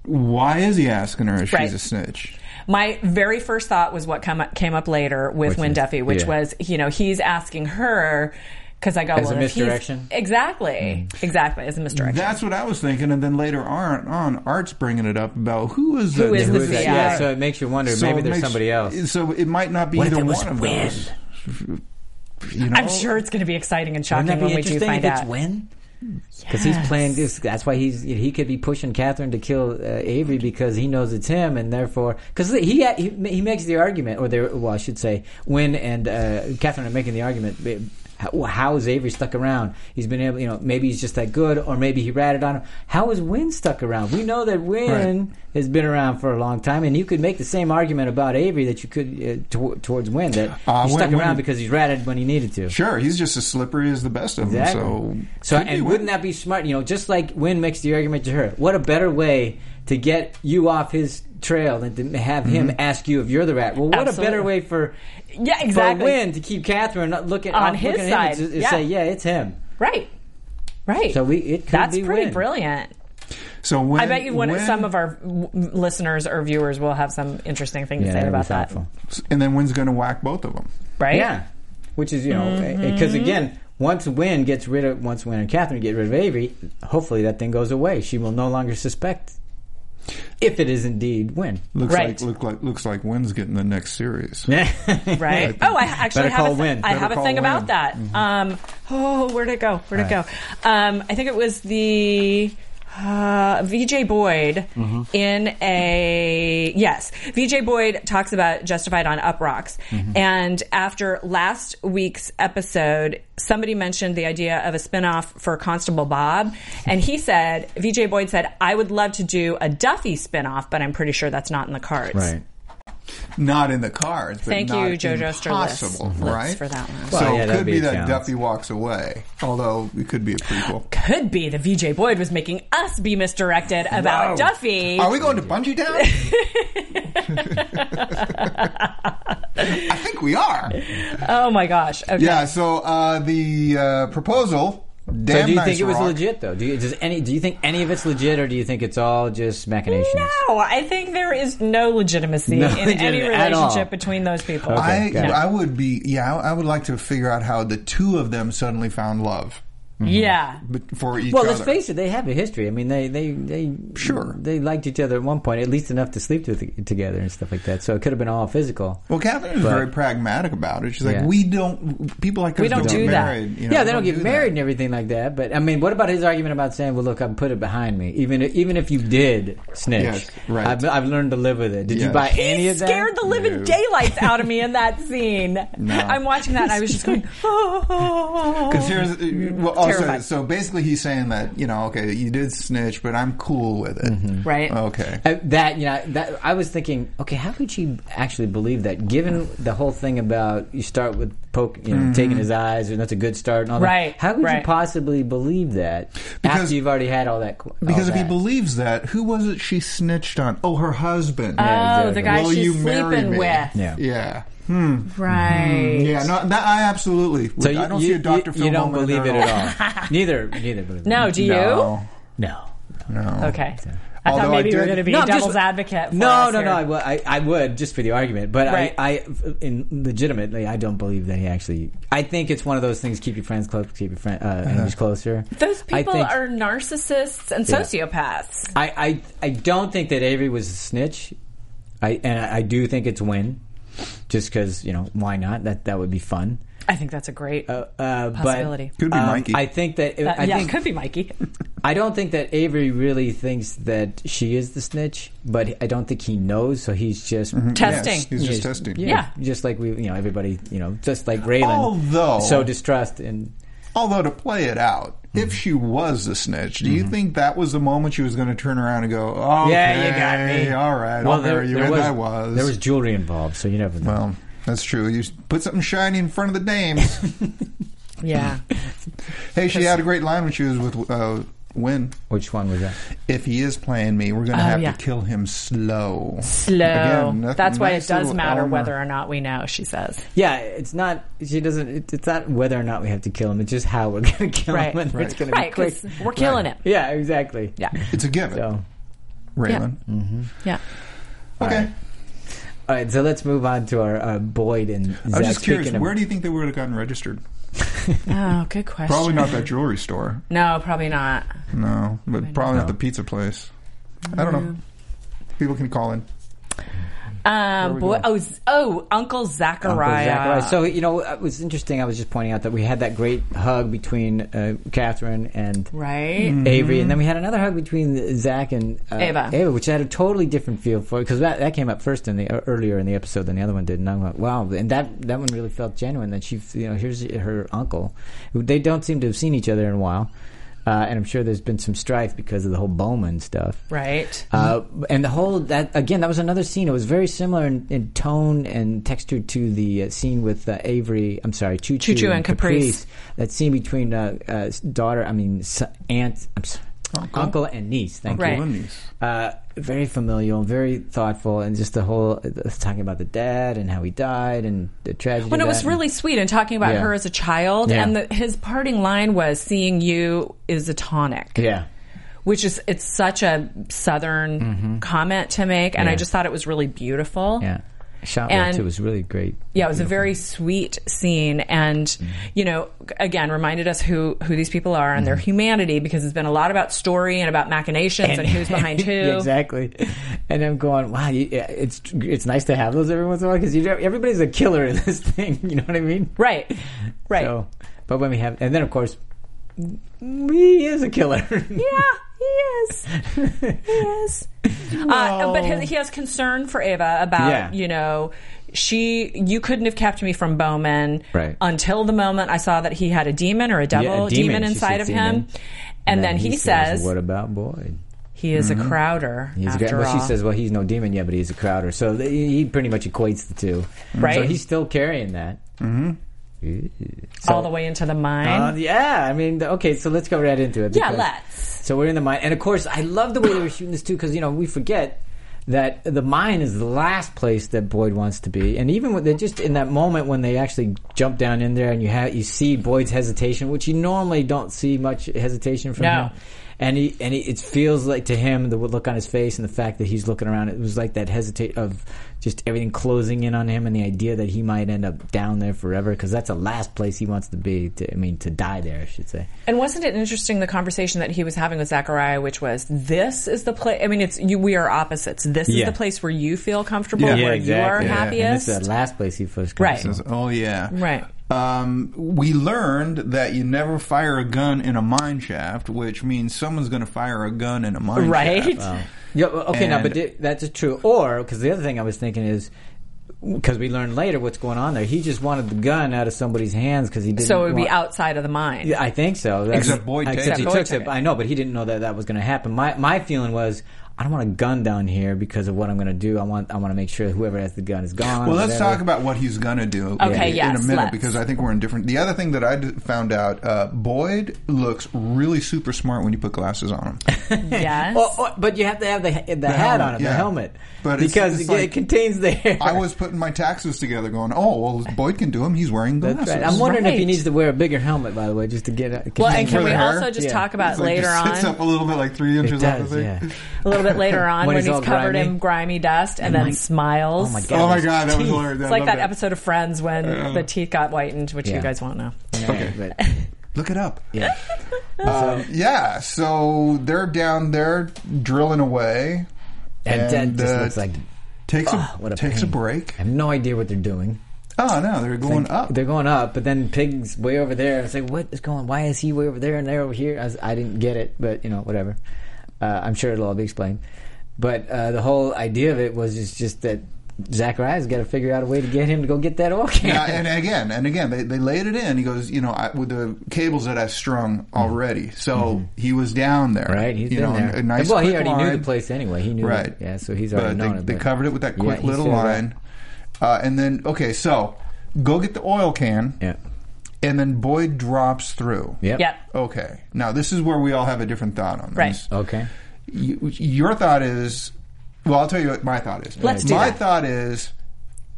Why is he asking her if
Right.
she's a snitch?
My very first thought was what come, came up later with
Which
Win
is-
Duffy, which
yeah.
was, you know, he's asking her because I go,
As a
well, if he's-
misdirection? Mm.
Exactly. Exactly. As a misdirection.
That's what I was thinking, and then later on, on Art's bringing it up about who is
Who
the,
is the
Who is that?
Yeah.
Yeah, so it makes you wonder.
So
maybe
it
there's
makes-
somebody else.
So it might not be
What if
either
it was
one of
Wynn?
those. You know?
I'm sure it's going to be exciting and shocking
Wouldn't that
when
be
we do
interesting
find
if it's
out.
Wynn? Because he's playing this. That's why he's he could be pushing Catherine to kill uh, Avery because he knows it's him, and therefore because he, he he makes the argument, or they well, I should say, Wynn and uh, Catherine are making the argument. eh, How, how is Avery stuck around? He's been able, you know, maybe he's just that good, or maybe he ratted on him. How is Wynn stuck around? We know that Wynn has been around for a long time, and you could make the same argument about Avery that you could uh, tow- towards Wynn that he
Uh, Wynn-
stuck around
Wynn-
because he's ratted when he needed to.
Sure, he's just as slippery as the best of
Exactly.
them. So,
So,
could be
and
Wynn.
wouldn't that be smart? You know, just like Wynn makes the argument to her, what a better way to get you off his trail than to have him
Mm-hmm.
ask you if you're the rat. Well, what
Absolutely.
a better way for
Yeah, exactly.
for Wynn to keep Catherine looking
On
uh,
his
looking
side,
at him and s-
yeah.
say, yeah, it's him.
Right. Right.
So we it could
That's
be
pretty
Wynn.
brilliant.
So when,
I bet you one
when-
some of our w- listeners or viewers will have some interesting thing
Yeah,
to say
that'd be
about that.
thoughtful.
and then when's going to whack both of them?
Right?
Yeah, which is you know
Mm-hmm.
because again. Once Wynn gets rid of once Wynn and Catherine get rid of Avery, hopefully that thing goes away. She will no longer suspect if it is indeed Wynn.
Looks
Right.
like look like looks like Wynn's getting the next series.
Right.
Yeah, I
oh, I actually
Better
have
call
a, th-
Wynn.
I
Better
have a
call
thing
Wynn. Mm-hmm.
about that. Um, oh, where'd it go? Where'd it go? Um, I think it was the uh, VJ Boyd
Mm-hmm.
in a yes. VJ Boyd talks about Justified on Up Rocks,
Mm-hmm.
and after last week's episode, somebody mentioned the idea of a spinoff for Constable Bob, and he said VJ Boyd said I would love to do a Duffy spinoff, but I'm pretty sure that's not in the cards.
Not in the cards. But
Thank
not
you, JoJo Sterlitz,
Possible,
Litz,
right?
for that one.
Well,
so
Oh, yeah,
it
that'd
could
be
be,
a
that
challenge.
Duffy walks away. Although it could be a prequel.
could be the VJ Boyd was making us be misdirected about
Wow.
Duffy.
Oh.
Are we going to Bungee Town? I think we are.
oh my gosh. Okay.
Yeah. So uh, the uh, proposal. Damn
So do you
nice
think it was
rock.
legit though? Do you does any do you think any of it's legit or do you think it's all just machinations?
No, I think there is no legitimacy
No
in any
legitimacy at all.
relationship between those people.
Okay.
I
got it.
I would be yeah I, I would like to figure out how the two of them suddenly found love
Yeah.
Mm-hmm.
but for each
Well,
other.
let's face it, they have a history. I mean, they they they
Sure.
they liked each other at one point, at least enough to sleep with, together and stuff like that. So it could have been all physical.
Well, Catherine is
But-
very pragmatic about it. She's like,
Yeah.
we don't. People like us
We don't
get
do that.
married. you know,
yeah, they don't, get
that.
married and everything like that. But I mean, what about his argument about saying, "Well, look, I'm put it behind me. Even even if you did snitch,
Yes, right.
I've, I've learned to live with it. Did you
Yes.
buy any
He
of that?
scared the living
No.
daylights out of me in that scene. I'm watching that and I was just going, oh.
Because here's uh, well, also,
Terrified.
so basically he's saying that you know, okay, you did snitch, but I'm cool with it.
Mm-hmm.
Right.
Okay.
Uh, that you know that I was thinking, okay, how could she actually believe that? Given the whole thing about you start with poking, you know, taking his eyes, and that's a good start, and all
Right,
that. How could you
right.
possibly believe that
Because-
after you've already had all that? qu- all
Because if he
that?
believes that, who was it she snitched on? Oh, her husband.
Yeah,
Oh, the
exactly.
guy
Will you
she's
marry
sleeping
me?
with.
yeah.
yeah.
Right.
Mm-hmm.
Yeah, no, that I absolutely.
So you,
I don't
you,
see a Dr.
You,
Phil
you don't
moment
believe
there
it at all. neither, neither believe it.
No, do you?
No,
no.
no.
Okay. I
Although
thought
I
maybe you were
did-
going to be
No, I'm just-
devil's advocate. For
No,
us
no,
here.
no. I, w- I- I would just for the argument, but
Right.
I, I, in, legitimately, I don't believe that he actually. I think it's one of those things: keep your friends close, keep your friend, uh, enemies closer.
Those
I
people
think-
are narcissists and sociopaths.
I, I, I don't think that Avery was a snitch. I and I, I do think it's Win, just because you know why not? That that would be fun.
I think that's a great
Uh, uh,
possibility.
Could be
But, um,
Mikey.
I think that
That-
I
Uh, yeah,
think
could be Mikey.
I don't think that Avery really thinks that she is the snitch, but I don't think he knows. So he's just
Testing.
Yes, Mm-hmm. he's just testing.
Yeah, just like we, you know, everybody, you know, just like Raylan.
Although-
so distrust and
Although to play it out,
Hmm.
if she was a snitch, do you think that was the moment she was going to turn around and go, "Okay,
yeah, you got me.
all right, I'll marry you," and I was.
there was jewelry involved, so you never know.
well, that's true. You put something shiny in front of the dames.
yeah.
hey, she had a great line when she was with uh, Win.
Which one was that?
If he is playing me, we're going to
Oh,
have
yeah.
to kill him slow.
Slow.
Again, nothing-
that's why
nice
it does
little
matter
Elmer.
whether or not we know, she says.
Yeah, it's not. She doesn't. It, it's not whether or not we have to kill him. It's just how we're going to kill
Right.
him. And It's going to
Right,
be quick.
'cause we're killing him.
Yeah, exactly.
Yeah.
It's a given,
So,
Raylan.
Yeah.
Okay.
all right. So let's move on to our uh, Boyd and Zach.
I was just curious,
Speaking of-
where do you think they would have gotten registered?
Oh, good question.
Probably not that jewelry store.
No, probably not.
No, but probably not the pizza place. I don't know. People can call in.
Um, boy, oh, z- oh, Uncle Zachariah.
Zachariah. So you know, it was interesting. I was just pointing out that we had that great hug between uh, Catherine and
right?
Avery, and then we had another hug between Zach and uh,
Ava.
which had a totally different feel for it because that, that came up first in the uh, earlier in the episode than the other one did, and I'm like, wow, and that that one really felt genuine. That she, you know, here's her uncle. who- They don't seem to have seen each other in a while, uh, and I'm sure there's been some strife because of the whole Bowman stuff.
Right.
Uh, and the whole that again, that was another scene. It was very similar in, in tone and texture to the uh, scene with uh, Avery. I'm sorry, Choo Choo
Choo Choo and Caprice.
That scene between uh, uh, s- daughter, I mean s- aunt, I'm sorry, uncle. and niece. Thank
Right.
you.
Wendy's.
Uh, very familial, very thoughtful, and just the whole uh, talking about the dad and how he died and the tragedy.
When
of
it was
that.
really sweet and talking about
Yeah.
her as a child,
Yeah.
and the, his parting line was, "Seeing you is a tonic."
yeah.
which is it's such a southern comment to make and
Mm-hmm.
i
Yeah.
just thought it was really beautiful
Yeah. Shot
And-
too was really great.
Yeah, it was a very sweet scene and you know again reminded us who who these people are and their
Mm-hmm.
humanity because it's been a lot about story and about machinations and, who's behind who
Yeah, exactly. And I'm going, wow, you, yeah, it's it's nice to have those every once in a while because everybody's a killer in this thing. You know what I mean?
right right
So, but when we have, and then of course, he is a killer.
yeah he is he is uh, but he, he has concern for ava about
Yeah.
you know she you couldn't have kept me from bowman
Right.
until the moment i saw that he had a demon or a devil
Yeah, a
a
demon.
demon,
She
inside
said
of him
demon.
and then, he, says
"What about Boyd?"
He is a crowder.
He's a,
after
well,
all.
she says, "Well, he's no demon yet, but he's a crowder." So th- he pretty much equates the two.
Right.
So he's still carrying that.
all the way into the
Uh,
mine.
yeah, I mean, th- okay, so let's go right into it.
Yeah,
because-
let's.
So we're in the mine, and of course, I love the way they were shooting this too, because you know we forget that the mine is the last place that Boyd wants to be, and even when they just in that moment when they actually jump down in there, and you have you see Boyd's hesitation, which you normally don't see much hesitation from
No.
him. And he and he, it feels like to him the look on his face and the fact that he's looking around. It was like that hesitate of just everything closing in on him and the idea that he might end up down there forever because that's the last place he wants to be. To, I mean, to die there, I should say.
And wasn't it interesting the conversation that he was having with Zachariah, which was this is the place. I mean, it's you. We are opposites. This
Yeah.
is the place where you feel comfortable,
Yeah. Yeah,
where you are
exactly.
Yeah.
And this
happiest.
is the last place he first comes
Right.
from.
Oh yeah.
Mm. Right.
Um, we learned that you never fire a gun in a mine shaft, which means someone's going to fire a gun in a mine shaft.
Right.
Yeah, well, okay, now, but
And-
di- that's just true. Or, because the other thing I was thinking is, because we learned later what's going on there, he just wanted the gun out of somebody's hands because he didn't.
so it would be
want-
outside of the mine.
Yeah, I think so. That's-
Except Boyd
I-
takes
except
it.
he
Boyd
took
took
it.
it.
I know, but he didn't know that that was going to happen. My my feeling was, I don't want a gun down here because of what I'm going to do. I want I want to make sure whoever has the gun is gone.
Well, let's
whatever.
talk about what he's gonna do
Okay,
in,
yes,
a minute
let's.
because I think we're in different. The other thing that I d- found out, uh, Boyd looks really super smart when you put glasses on him.
Yes.
Well, well, Oh, but you have to have the the, hat
helmet,
on it, the
yeah.
helmet,
But it's-
because
it's
it,
like-
contains the hair.
I was putting my taxes together, going, "Oh, well, Boyd can do him. He's wearing glasses."
That's right. I'm wondering if he
Right.
needs to wear a bigger helmet, by the way, just to get. A,
well, and
For
can we
the hair?
also just
Yeah.
talk about
It's like
later
just
on?
sits up a little bit, like three
it
inches off the
does,
thing.
yeah.
a little bit later on
When
when,
he's
he's,
all
covered
grimy.
in grimy dust and then smiles.
Oh my god!
Oh my
his
god, that was
teeth.
hilarious.
It's like that episode of Friends when the teeth got whitened, which
Yeah.
you guys won't know.
Yeah, but-
Look it up.
yeah.
Um, yeah, so they're down there drilling away,
and, that just
uh,
looks like ah,
takes a
what a
takes
pain.
a break.
I have no idea what they're doing.
Oh no, they're going up.
They're going up, but then Pig's way over there. It's like, what is going? Why is he way over there and they're over here? I, was- I didn't get it, but you know, whatever. Uh, I'm sure it'll all be explained. But uh, the whole idea of it was just, just that Zachariah's got to figure out a way to get him to go get that oil can.
Yeah, and again, and again, they, they laid it in. He goes, you know, I, with the cables that I've strung already. So he was down there,
Mm-hmm. Right, he's
you
been
know,
there.
A nice
well, he
quick
already
line,
knew the place anyway. He knew,
right?
Yeah, so he's
But
already
they,
known it.
they
but-
covered it with that
Yeah,
quick
he
little
figured it out.
line, uh, and then okay, so go get the oil can,
Yeah.
and then Boyd drops through.
Yep.
Yep.
Okay, now this is where we all have a different thought on this.
Right.
Okay.
Y- your thought is well i'll tell you what my thought is
Let's do
my
that.
thought is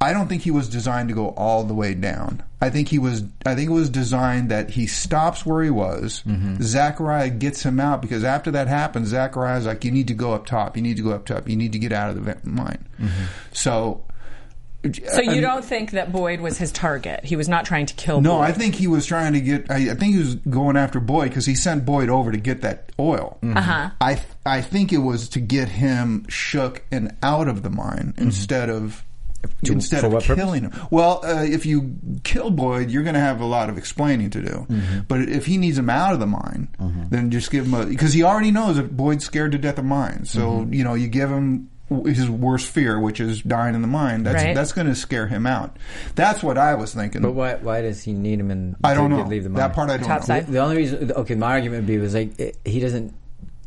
i don't think he was designed to go all the way down i think he was i think it was designed that he stops where he was
Mm-hmm.
zachariah gets him out because after that happens zachariah's like you need to go up top you need to go up top you need to get out of the vent mine
Mm-hmm.
so
So you don't think that Boyd was his target? He was not trying to
Oh,
kill.
no,
Boyd.
I think he was trying to get. I, I think he was going after Boyd because he sent Boyd over to get that oil.
Mm-hmm.
Uh-huh. I th- I think it was to get him shook and out of the mine instead of instead
Mm-hmm. for
of
what purpose?
killing him. Well, uh, if you kill Boyd, you're going to have a lot of explaining to do.
Mm-hmm.
But if he needs him out of the mine, then just give him a because he already knows that Boyd's scared to death of mines. So
Mm-hmm.
you know you give him. w- His worst fear, which is dying in the mine, that's
Right.
that's going to scare him out. That's what I was thinking.
But why? Why does he need him? And
I don't know.
Leave the
that
mine?
part I don't
Top
know.
side.
The only reason, okay, my argument would be was like eh, he doesn't.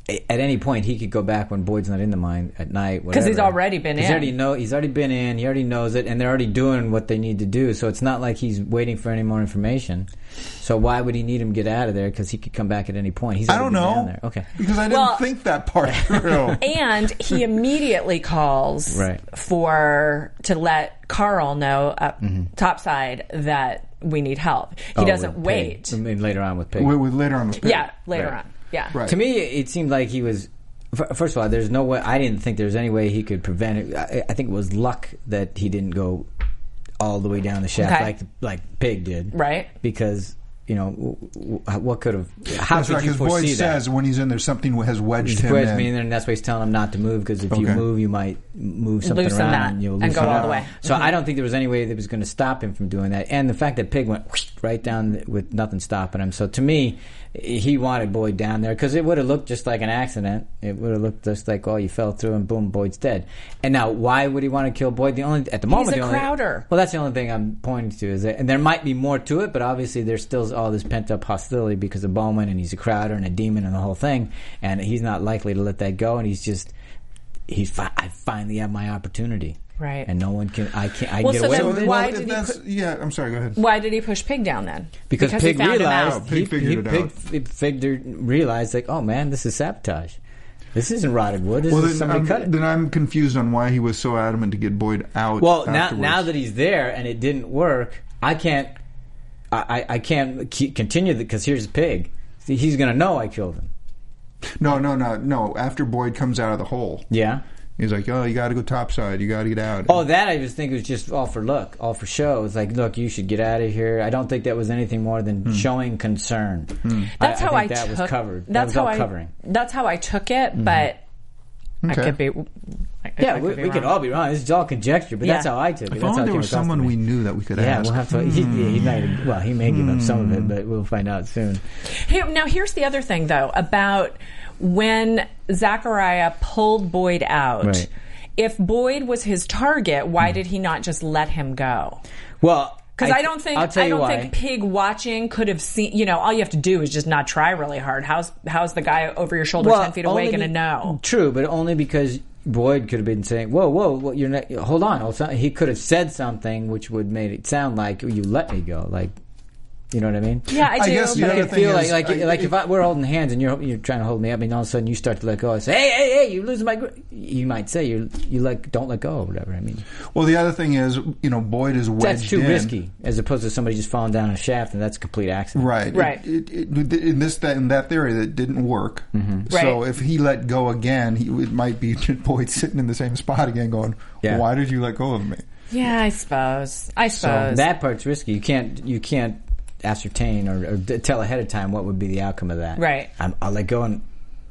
eh, At any point, he could go back when Boyd's not in the mine at night. Because
he's already been
he's
in.
Already know, he's already been in. He already knows it, and they're already doing what they need to do. So it's not like he's waiting for any more information. So why would he need him to get out of there? Because he could come back at any point. He's
I
already
don't
been down
know.
There. Okay.
Because I didn't
Well-
think that part through.
and he immediately calls
Right.
for to let Carl know up topside that we need help. He
Mm-hmm. Oh,
doesn't
with
wait.
Pig. I mean, later on with Pig.
with, with later on with Pig.
Yeah, later
Right.
on. Yeah.
Right.
To me, it seemed like he was. f- First of all, there's no way. I didn't think there's any way he could prevent it. I, I think it was luck that he didn't go all the way down the shaft
Okay.
like like Pig did,
Right.
Because you know w- w- what could have? How
That's
could
right,
you
because
foresee
Boyd
that?
says when he's in there, something has wedged
He
him
wedged
in.
me in there, and that's why he's telling him not to move because if you
Okay.
move, you might move something
Loosen
around
that
and you'll
and
loosen
go all
it.
the way. Mm-hmm.
So I don't think there was any way that was going to stop him from doing that. And the fact that Pig went whoosh right down with nothing stopping him. So to me, he wanted Boyd down there because it would have looked just like an accident. It would have looked just like oh, you fell through and boom, Boyd's dead. And now why would he want to kill Boyd? The only at the moment
a
the only-
crowder.
Well, that's the only thing I'm pointing to is that, and there might be more to it, but obviously there's still all this pent up hostility because of Bowman and he's a crowder and a demon and the whole thing, and he's not likely to let that go, and he's just he's fi- I finally have my opportunity,
Right.
And no one can I can't I
Well,
get
so
away
then
with it
why
if
did he
that's- Yeah, I'm sorry. Go ahead.
Why did he push Pig down then?
because, Pig
he found
realized
him out.
Pig
he,
figured
he,
it
Pig
out.
f- figured realized like oh man this is sabotage, this isn't rotted wood, this
Well,
is
then
somebody
I'm,
cut it.
then I'm confused on why he was so adamant to get Boyd out.
Well, now,
afterwards.
now that he's there and it didn't work, I can't. I, I- I can't keep, continue because here's pig. See, he's gonna know I killed him.
no, no, no, no. After Boyd comes out of the hole,
Yeah.
he's like, "Oh, you got to go topside. You got to get out."
Oh, that I just think was just all for look, all for show. It's like, look, you should get out of here. I don't think that was anything more than
Hmm.
showing concern.
That's
I,
how
I
I,
think that
took,
was covered.
That's
that was
how
all
I,
covering.
That's how I took it, but I
Okay.
could be. I,
Yeah,
I
we,
could be
we could
wrong.
all be wrong. This is all conjecture, but that's
Yeah.
how I took it.
if
that's how
only
it
there
came
was
across to
someone
me.
we Hmm. knew that we could
Yeah,
ask.
we'll have to. He, he might. Well, he may give up some of
Hmm.
it, but we'll find out soon.
Here- now, here's the other thing, though, about when Zachariah pulled Boyd out.
Right.
If Boyd was his target, why did he not just let him go?
Well,
Because
I
I,
th-
don't think
I'll tell
I
you
don't
why.
think pig watching could have seen. You know, all you have to do is just not try really hard. How's how's the guy over your shoulder ten feet away
only
going to
be-
know?
True, but only because Boyd could have been saying, "Whoa, whoa, whoa you're not, hold on." hold on." He could have said something which would made it sound like you let me go, like you know what I mean?
Yeah, I do.
Mm. I guess the
but-
I
other
could
thing
feel
is,
like like,
I-
like if I, we're holding hands and you're you're trying to hold me up, and all of a sudden you start to let go. I say, hey, hey, hey, you losing my grip. You might say you you like don't let go or whatever. I mean,
Well, the other thing is, you know, Boyd is wedged
that's too
in.
risky as opposed to somebody just falling down a shaft and that's a complete accident.
Right,
Right.
It, it, it, in this, that, and that theory, that didn't work. So
Mm-hmm.
Right.
if he let go again, he, it might be Boyd sitting in the same spot again, going,
Yeah.
"Why did you let go of me?"
yeah, I suppose. I
So
suppose.
that part's risky. You can't you can't ascertain or, or d- tell ahead of time what would be the outcome of that.
Right.
I'm, I'll let go and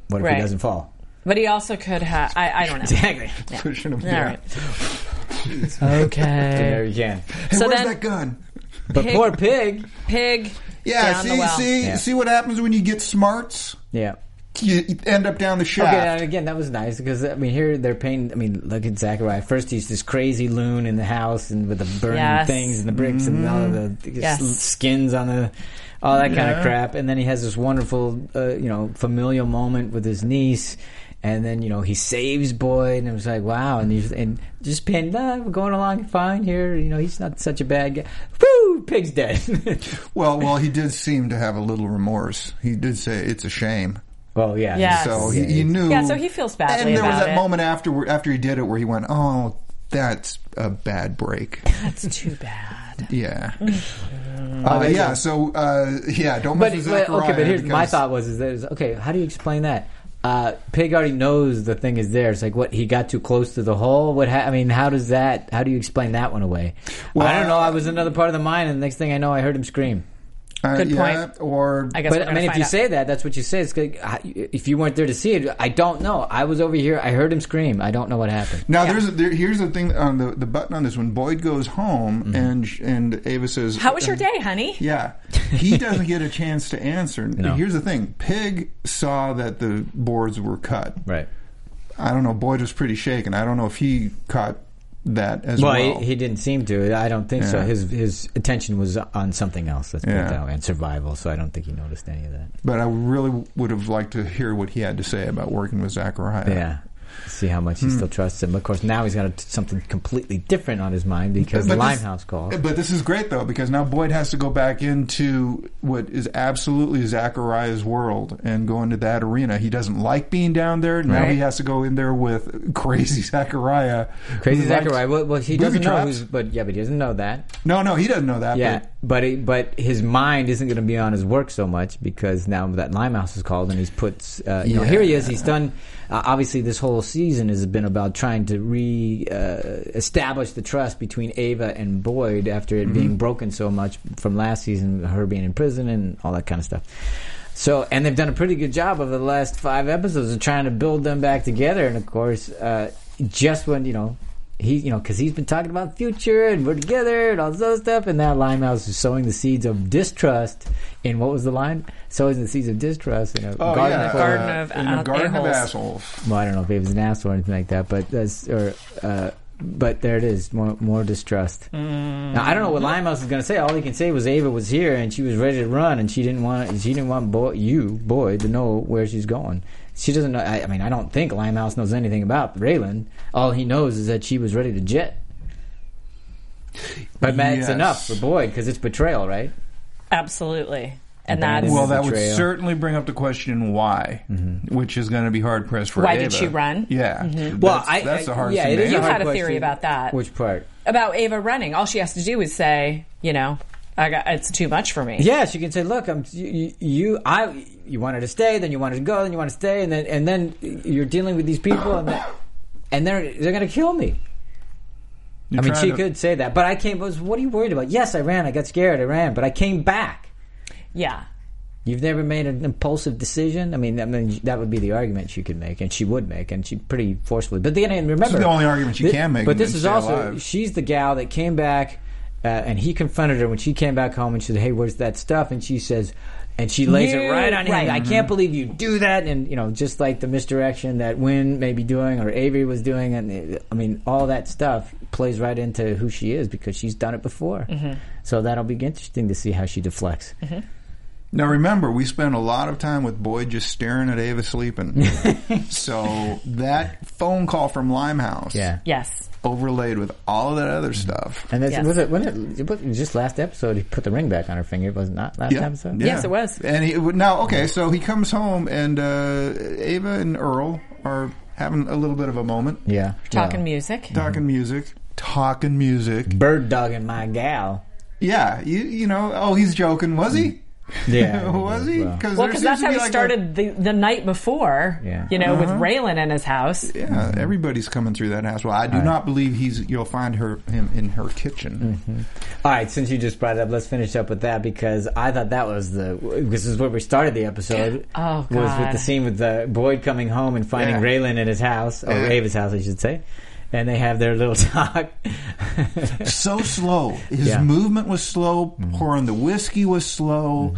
what if
Right.
he doesn't fall?
but he also could have. I, I don't know.
Exactly.
Pushing him
All
down.
right.
There
okay.
you can.
Hey,
So
where's
then-
that gun?
But
Pig-
poor pig.
Pig.
Yeah,
down
see,
the well.
see,
Yeah.
see what happens when you get smarts.
Yeah.
You you end up down the shaft.
Okay, and again, that was nice because I mean, here they're paying. I mean, look at Zachariah. First, he's this crazy loon in the house and with the burning
Yes. Mm-hmm.
things and the bricks and all of the the
Yes.
s- skins on the all that kind of
Yeah.
crap. And then he has this wonderful, uh, you know, familial moment with his niece. And then you know he saves Boyd, and it was like wow, and he's and just pinned. Ah, we're going along fine here. You know he's not such a bad guy. Woo, pig's dead.
Well, well, he did seem to have a little remorse. He did say it's a shame.
well, yeah,
Yes.
So he, he knew.
Yeah, so he feels badly
And there was
about
that
it.
moment after after he did it where he went, "Oh, that's a bad break."
That's too bad.
Yeah. Uh, yeah. So uh, yeah, don't
But,
mess with
but
Zachariah
okay, but here's my
because-
thought was is that is- okay. How do you explain that? Uh, Pig already knows the thing is there. It's like what he got too close to the hole. What ha- I mean, how does that? How do you explain that one away?
Well,
I don't know. I was another part of the mind, and the next thing I know, I heard him scream.
Uh,
Good
yeah,
point.
Or
I guess we're
But I
gonna
mean, if
find
you
out.
say that, that's what you say. It's like, I- if you weren't there to see it, I don't know. I was over here. I heard him scream. I don't know what happened.
now there's there, here's the thing on the the button on this. When Boyd goes home
Mm-hmm.
and sh- and Ava says,
How was your day, honey?
Yeah, he doesn't get a chance to answer. Here's the thing: Pig saw that the boards were cut.
Right.
I don't know. Boyd was pretty shaken. I don't know if he caught that as well.
Well, He, he didn't seem to. I don't think so.
Yeah.
His his attention was on something else. Let's put
Yeah.
it that way, and survival. So I don't think he noticed any of that.
but I really would have liked to hear what he had to say about working with Zachariah.
Yeah. See how much he
Hmm.
still trusts him. Of course, now he's got a, something completely different on his mind because
But this- eh, uh,
Limehouse called.
But this is great though because now Boyd has to go back into what is absolutely Zachariah's world and go into that arena. He doesn't like being down there. Now
Right.
he has to go in there with crazy Zachariah.
Crazy
who likes
Zachariah. Well, well, he
booby
doesn't know
traps.
who's, but yeah, but he doesn't know that.
No, no, he doesn't know that.
Yeah, but it, but his mind isn't going to be on his work so much because now that Limehouse is called and he's put. Uh, you know, here he is. He's done. Uh, obviously, this whole season has been about trying to re uh, establish the trust between Ava and Boyd after it
Mm-hmm.
being broken so much from last season, her being in prison and all that kind of stuff. So, and they've done a pretty good job over the last five episodes of trying to build them back together. And of course, uh, just when you know he, you know, because he's been talking about future and we're together and all this other stuff, and now Limehouse is sowing the seeds of distrust. In what was the line? Sowing the seeds of distrust in a
Oh,
garden.
yeah.
full-
garden of
in the
a-
garden of
a-holes.
assholes.
Well, I don't know if he was an asshole or anything like that, but that's or. Uh, but there it is, more more distrust. Now I don't know what Limehouse is going to say. All he can say was Ava was here and she was ready to run, and she didn't want she didn't want boy, you boy to know where she's going. She doesn't know. I, I mean, I don't think Limehouse knows anything about Raylan. All he knows is that she was ready to jet. But that's
Yes.
enough for Boyd because it's betrayal, right?
Absolutely. And
Abandonment.
that's
Well,
is
that would
betrayal.
certainly bring up the question why,
Mm-hmm.
which is going to be hard pressed for
Why
Ava.
did she run?
Yeah,
Well,
that's,
I-
that's
I-
the hardest.
yeah,
thing
it
to
is a
answer.
You
hard
had a theory
question.
about that.
Which part?
about Ava running. All she has to do is say, you know, I got it's too much for me.
Yeah, she can say, "Look, I'm you, you. I you wanted to stay, then you wanted to go, then you want to stay, and then and then you're dealing with these people, and then, and they're they're gonna kill me."
You're
I mean,
trying
she
to-
could say that, but I came. Was what are you worried about? Yes, I ran. I got scared. I ran, but I came back.
Yeah.
You've never made an impulsive decision. I mean, I mean that would be the argument she could make, and she would make, and she pretty forcefully. But then, and remember,
This is the only argument she
thi-
can make
But this
and
is
stay
also
alive.
she's the gal that came back uh, and he confronted her when she came back home and she said, "Hey, where's that stuff?" And she says, and she lays it
You-
right on him.
right.
I can't believe you do that, and you know, just like the misdirection that Wynn may be doing or Avery was doing, and uh, I mean, all that stuff plays right into who she is because she's done it before.
Mm-hmm.
So that'll be interesting to see how she deflects.
Now remember, we spent a lot of time with Boyd just staring at Ava sleeping. so that phone call from Limehouse,
Yeah.
Yes.
overlaid with all of that other stuff.
And that's,
Yes.
was it when it, it was just last episode? He put the ring back on her finger. It was not last episode.
Yes, it was.
And he now okay, so he comes home and uh, Ava and Earl are having a little bit of a moment,
Yeah.
Talking
Yeah.
music.
talking music, talking music.
Bird dogging my gal.
Yeah, you you know, oh, he's joking, was he?
Yeah.
was he?
Well,
Well,
there
because
seems
that's
to
how
be
he
like a- Uh-huh.
started the, the night before,
Yeah.
you know, with Raylan in his house.
Mm-hmm.
yeah, everybody's coming through that house. Well, I do not believe he's. You'll find her him in her kitchen.
All right, since you just brought it up, let's finish up with that because I thought that was the this is where we started the episode.
Oh,
was with
God.
the scene with the Boyd coming home and finding
Yeah.
Raylan in his house or
Yeah.
Ava's house, I should say, and they have their little talk.
so slow. His
Yeah. Mm-hmm.
movement was slow. Pouring the whiskey was slow.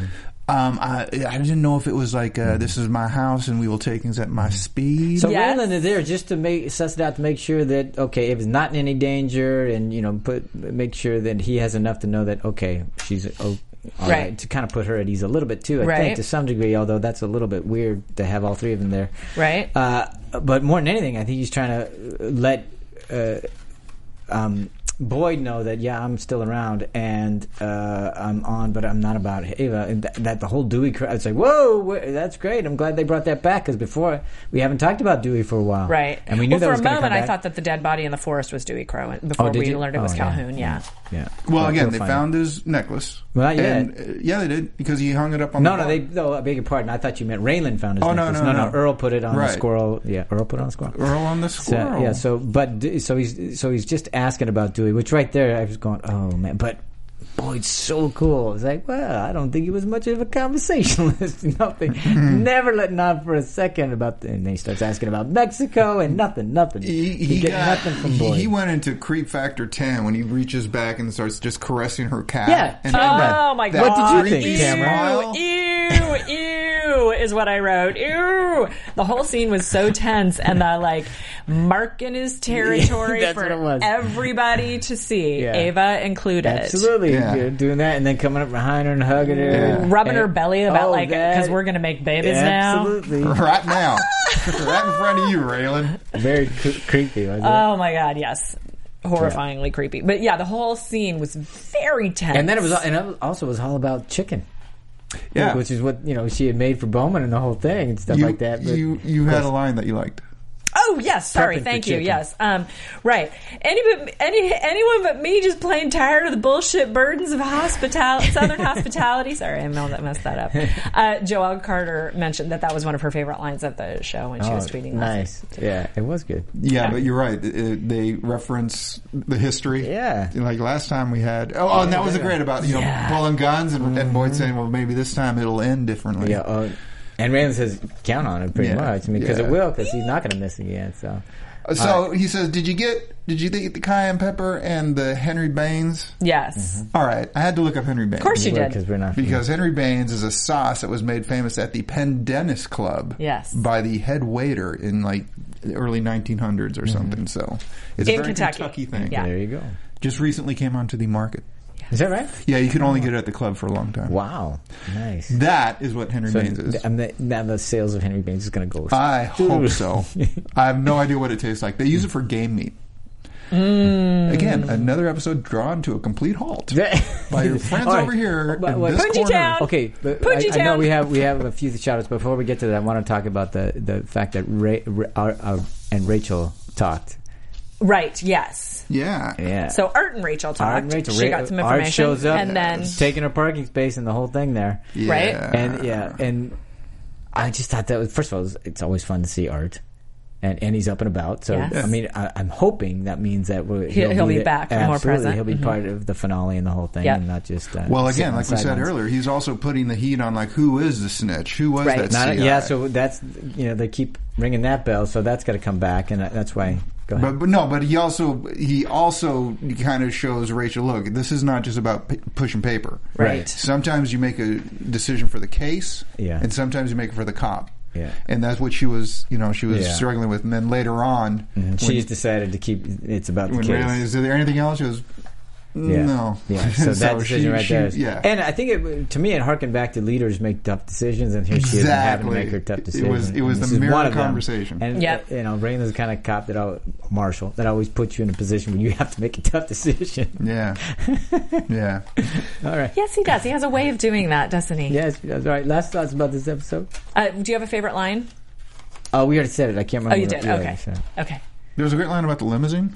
Um, I, I didn't know if it was like uh, this is my house and we will take things at my speed.
Mm-hmm. So
Yes.
Raylan is there just to make suss it out to make sure that okay, Ava's not in any danger, and you know, put make sure that he has enough to know that okay, she's oh, all right.
Right.
to kind of put her at ease a little bit too. I
Right.
think to some degree, although that's a little bit weird to have all three of them there.
Right.
Uh, but more than anything, I think he's trying to uh, let uh, um, Boyd know that yeah, I'm still around and uh, I'm on, but I'm not about Ava. And th- that the whole Dewey crowd, it's like, whoa, wh- that's great. I'm glad they brought that back because before we haven't talked about Dewey for a while,
Right.
And we knew
well,
that
for
was
a
gonna
moment,
come
I
back.
thought that the dead body in the forest was Dewey Crowan before
Oh, did
we
you?
learned it was
Oh, yeah.
Calhoun. Yeah.
yeah.
well, again,
we'll
they
find out.
found his necklace.
Well, not yet.
And, uh, yeah, they did because he hung it up on.
No,
the
no,
wall.
they. No, I beg your pardon. I thought you meant Raylan found his
Oh, no,
necklace.
no,
no,
no.
Earl put it on
Right.
the squirrel. Yeah, Earl put it on the squirrel.
Earl on the
So,
squirrel.
yeah. So, but d- so he's so he's just asking about Dewey, which right there I was going, oh man, but boy, it's so cool. It's like, well, I don't think he was much of a conversationalist. nothing,
Hmm.
never letting on for a second about. The, and then he starts asking about Mexico and nothing, nothing.
He,
You
he
get
got,
nothing from
he-
Boyd.
He, went into creep factor ten when he reaches back and starts just caressing her cat.
Yeah.
And
Oh,
that-
Oh my
that
god!
What did you think,
ew,
creepy
Tamara?
smile.
Ew, ew, is what I wrote. Ew. The whole scene was so tense, and the like marking his territory
That's
for
what it was.
everybody to see,
Yeah.
Ava included.
Absolutely,
Yeah.
You're doing that, and then coming up behind her and hugging her,
Yeah.
Rubbing her
And-
belly about
Oh,
like
that-
because we're gonna make babies now.
absolutely
Right now, right in front of you, Raylan.
very cre- creepy. Wasn't it?
Oh my god! Yes, horrifyingly creepy. But yeah, the whole scene was very tense.
And then it was, and it also was all about chicken.
Yeah.
which is what you know she had made for Bowman and the whole thing and stuff
you,
like that. But
you you had a line that you liked.
Oh yes,
Prepping
sorry,
for
thank you.
chicken.
Yes, um, right. Any but any anyone but me just plain tired of the bullshit burdens of hospitality, southern hospitality. Sorry, I mel- messed that up. Uh, Joelle Carter mentioned that that was one of her favorite lines at the show when she was tweeting. last
Oh, nice, yeah, it was good.
Yeah, but you're right. Uh, They reference the history.
Yeah.
Like last time we had. Oh, oh and that was great about, you know, pulling guns and, and Boyd saying, well, maybe this time it'll end differently.
Mm-hmm. Yeah, uh, and Rand says count on it pretty
Yeah,
much because
yeah.
it will because he's not going to miss again. So
Uh, So he says, did you get, did you get the cayenne pepper and the Henry Baines?
Yes,
All right. I had to look up Henry Baines.
of course you
because
did.
Mm-hmm. we're not
Because Henry Baines is a sauce that was made famous at the Pendennis Club
Yes.
by the head waiter in like the early 1900s or something. So it's
Mm-hmm.
a
In
very
Kentucky.
Kentucky thing.
Yeah.
there you go.
Just recently came onto the market.
Is that right?
Yeah, you could only get it at the club for a long time.
Wow, nice.
That is what Henry
So
Baines is. Uh,
th- and the, now the sales of Henry Baines is going to go.
I hope so. I have no idea what it tastes like. They use it for game meat.
Mm.
Again, another episode drawn to a complete halt by your friends
All right.
over here.
But
in
what-
this
Poogie
corner.
Town.
Okay, but I,
Poogie
I know
Town.
we have we have a few shout outs. Before we get to that, I want to talk about the the fact that Ray, Ra- our, our, and Rachel talked.
Right. Yes.
Yeah.
Yeah.
So Art and Rachel talked.
Art and Rachel,
she
Ra-
got some
Art
information,
shows up,
and then
taking her parking space and the whole thing there.
Right?
Yeah.
And yeah, and I just thought that was first of all, it's- it's always fun to see art. And, and he's up and about, so
Yes.
I mean, I, I'm hoping that means that we're,
He'll- he'll be
there-
back and more
Absolutely,
present. Mm-hmm.
he'll be part of the finale and the whole thing,
Yep.
and not just uh,
Well,
sitting
again,
on
like we said
sidelines.
earlier, he's also putting the heat on like who is the snitch? Who was
Right.
that?
Not-
CI?
yeah, so that's you know they keep ringing that bell, so that's got to come back, and that's why Go ahead.
But, but no, but he also he also kind of shows Rachel, look, this is not just about p- pushing paper.
Right.
Sometimes you make a decision for the case,
Yeah.
and sometimes you make it for the cop.
Yeah.
And that's what she was, you know, she was
Yeah.
struggling with. And then later on, when-
And she's decided to keep. It's about the
when
case.
Raylan, is there anything else? She goes,
Yeah.
no.
Yeah. So that
she-
decision right
she-
there. Is,
Yeah.
And I think it, to me, it harkened back to leaders make tough decisions, and here she is having to
Exactly.
make her tough
It was-
decision.
it was
And
the
this is
mirror
one of them.
conversation.
And
Yep.
you know, Raina's kind of cop that always, Marshall that always puts you in a position where you have to make a tough decision.
yeah. yeah.
All right.
Yes, he does. He has a way of doing that, doesn't he?
Yes. That's all right. Last thoughts about this episode.
Uh, do you have a favorite line?
Oh, we already said it. I can't remember.
Oh, you
what-
did.
yeah,
Okay.
so-
Okay.
There was a great line about the limousine.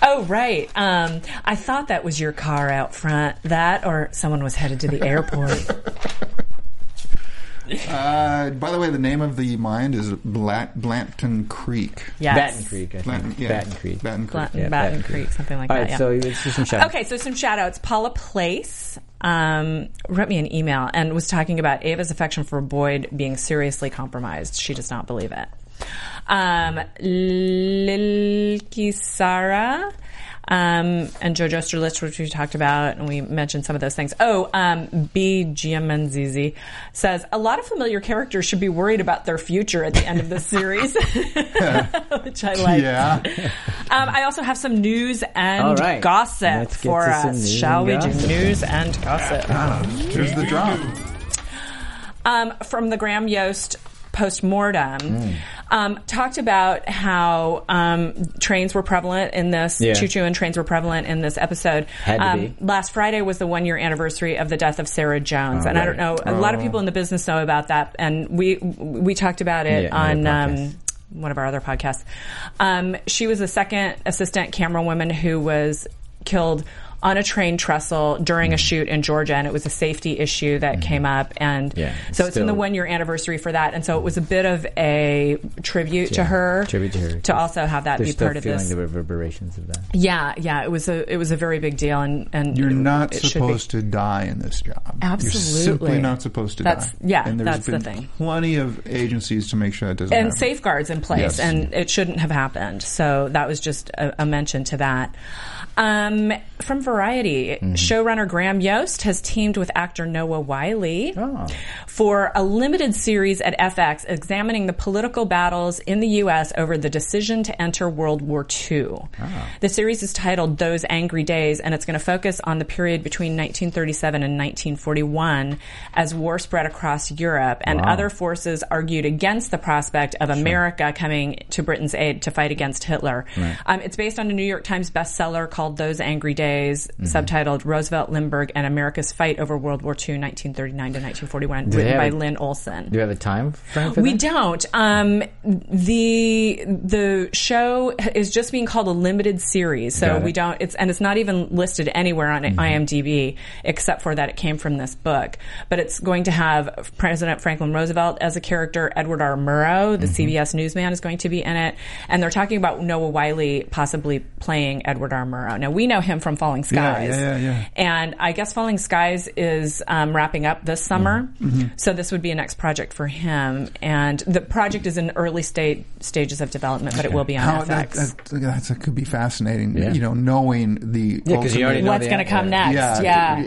Oh, right. Um, I thought that was your car out front. That or someone was headed to the airport.
Uh, by the way, the name of the mind is Blat- Blanton Creek.
Yes.
Baton Creek. I think.
Blanton, yeah.
Baton Creek.
Baton Creek.
Blanton,
Yeah,
Baton
Baton
Creek, something like
All
that.
right.
yeah.
So it's just some shout.
Okay, so some shout outs. Paula Place um, wrote me an email and was talking about Ava's affection for Boyd being seriously compromised. She does not believe it. Um, Lilki Sara um, and Jojo Strelitz, which we talked about, and we mentioned some of those things. Oh, um, B. Giamanzizi says a lot of familiar characters should be worried about their future at the end of this series, which I like.
Yeah.
Um, I also have some news
All
and
right.
gossip
Let's get
for
to some
us.
news
Shall
and
we Um, do
gossip.
news and gossip?
Here's the drop.
Um, from the Graham Yost postmortem,
Hmm.
um, talked about how um, trains were prevalent in this.
Yeah.
Choo choo and trains were prevalent in this episode.
Had to
um,
be.
Last Friday was the one year anniversary of the death of Sarah Jones,
Oh,
and I don't
right.
know. A lot of people in the business know about that, and we we talked about it
Yeah,
on.
another
Um,
podcast.
one of our other podcasts. Um, she was the second assistant camera woman who was killed on a train trestle
Mm.
during a shoot in Georgia, and it was a safety issue that came up. And
Mm-hmm. Yeah,
so it's in the
still-
one year anniversary for that, and so it was a bit of a tribute to
Yeah,
her.
tribute to her.
To also have that
They're
be
still
part of
feeling
this.
the reverberations of that.
yeah, yeah, it was a it was a very big deal, and and
You're
it-
not
it should be.
supposed to die in this job. You're
Absolutely.
simply not supposed to
That's-
die.
yeah,
and there's
that's the
been
thing.
plenty of agencies to make sure that doesn't
and
happen.
safeguards in place,
Yes.
and it shouldn't have happened. So that was just a, a mention to that. Um, from Variety, showrunner Graham Yost has teamed with actor Noah Wiley for a limited series at FX examining the political battles in the U.S. over the decision to enter World War II. The series is titled Those Angry Days, and it's going to focus on the period between 1937 and 1941 as war spread across Europe and other forces argued against the prospect of America coming to Britain's aid to fight against Hitler. Um, it's based on a New York Times bestseller called Those Angry Days,
Mm-hmm.
subtitled Roosevelt, Lindbergh, and America's Fight Over World War II, 1939 to 1941,
they
written by
have a-
Lynn Olson.
Do you have a time frame for
We
that?
don't. Um, the the show is just being called a limited series, so
Got it.
we don't. It's and it's not even listed anywhere on
Mm-hmm.
IMDb except for that it came from this book. But it's going to have President Franklin Roosevelt as a character. Edward R. Murrow,
Mm-hmm.
the CBS newsman, is going to be in it, and they're talking about Noah Wiley possibly playing Edward R. Murrow. Now we know him from Falling Skies,
yeah, yeah.
and I guess Falling Skies is um, wrapping up this summer,
Mm-hmm.
Mm-hmm.
so this would be a next project for him. And the project is in early state stages of development, but it will be on
How,
FX.
that, that, that's, that could be fascinating,
Yeah.
you know, knowing the.
Yeah, 'cause you already
ultimate-
know
What's
the
going to
act-
come
yeah.
next? Yeah,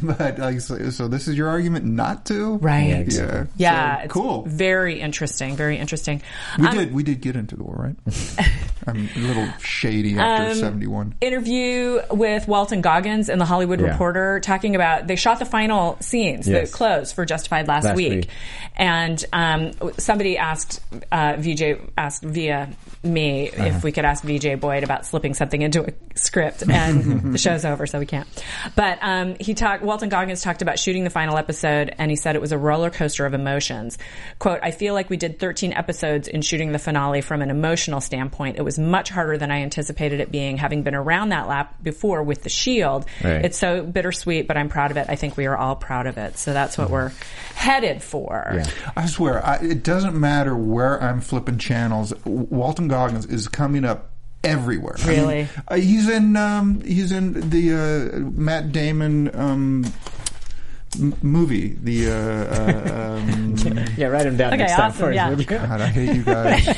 And, but like, so, so this is your argument not to?
right.
Yeah,
Yeah,
exactly.
So,
it's
cool.
Very interesting. Very interesting.
We
Um,
did. We did get into the war, right? I'm a little shady after
Um,
'71.
interview with Walton Goggins in the Hollywood
Yeah.
Reporter talking about they shot the final scenes,
Yes.
the close for Justified last,
Last
week.
week.
and um, somebody asked uh, VJ asked via me if we could ask VJ Boyd about slipping something into a script, and the show's over, so we can't. But um, he talked. Walton Goggins talked about shooting the final episode, and he said it was a roller coaster of emotions. "Quote: I feel like we did 13 episodes in shooting the finale from an emotional standpoint. It was much harder than I anticipated it being, having been around that lap before with the Shield.
Right.
It's so bittersweet, but I'm proud of it. I think we are all proud of it. So that's what we're headed for.
Yeah.
I swear, I, it doesn't matter where I'm flipping channels. Walton Goggins is coming up everywhere. I mean,
Really?
uh, he's in. Um, he's in the uh, Matt Damon um, m- movie. The uh, uh, um,
Yeah, write them down
Okay,
next time
awesome,
for us,
yeah.
would you?
God, I hate you guys.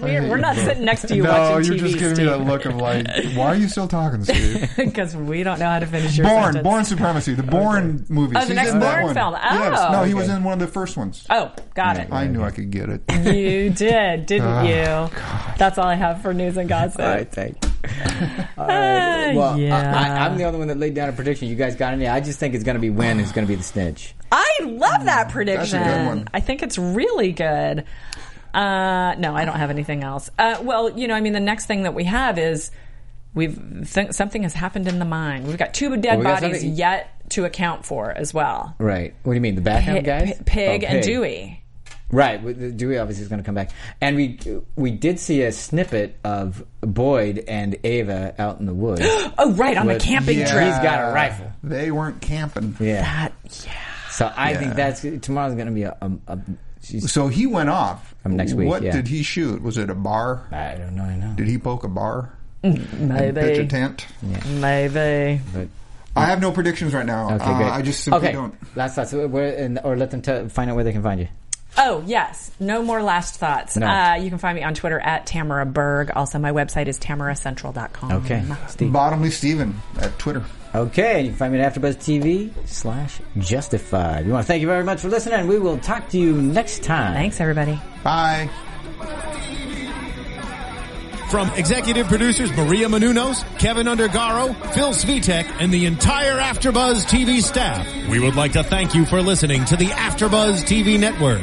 We're, we're not sitting next to you
no,
watching
you're
TV,
just giving me that look of like, why are you still talking, Steve?
because we don't know how to finish your
Born,
sentence.
Born Supremacy, the Born movie.
Oh, the
He's
next
in that
Bourne
one.
film.
Yes.
Oh.
No, he was in one of the first ones.
Oh, got it.
I knew I could get it.
You did, didn't
Oh,
you? That's all I have for news and gossip.
All right, thank you. All
Ah,
right. Well,
yeah.
I, I, I'm the only one that laid down a prediction. You guys got any? I just think it's going to be Wynn is going to be the snitch.
I love that prediction.
one.
I think it's really good. Uh, no, I don't have anything else. Uh, well, you know, I mean, the next thing that we have is we've th- something has happened in the mine. We've got two dead
we got
bodies
something-
yet to account for as well.
Right. What do you mean? The background
Pi-
guys?
Pi- Pig
Oh,
and Dewey.
Right. with the- Dewey obviously is going to come back. And we we did see a snippet of Boyd and Ava out in the woods.
Oh, right on the
But-
camping
Yeah.
trip.
He's got a rifle.
They weren't camping.
yeah.
That- yeah.
So I
Yeah.
think that's tomorrow's going to be a. a, a she's,
So he went off.
Um, next week,
What
yeah.
did he shoot? Was it a bar?
I don't know. I know.
Did he poke a bar? Pitch a
Maybe.
tent?
Maybe.
But
I have no predictions right now.
okay,
Uh,
good.
I just simply
okay.
don't.
Last thoughts, So where, and, or let them tell find out where they can find you.
Oh, yes. No more last thoughts.
No.
Uh, you can find me on Twitter at Tamara Berg. Also, my website is tamaracentral.com.
Okay, Steve.
Bottomley Steven at Twitter.
Okay, you can find me at AfterBuzz TV slash Justified. We want to thank you very much for listening, and we will talk to you next time.
Thanks, everybody.
Bye.
From executive producers Maria Manunos, Kevin Undergaro, Phil Svitek, and the entire Afterbuzz TV staff, we would like to thank you for listening to the Afterbuzz TV network.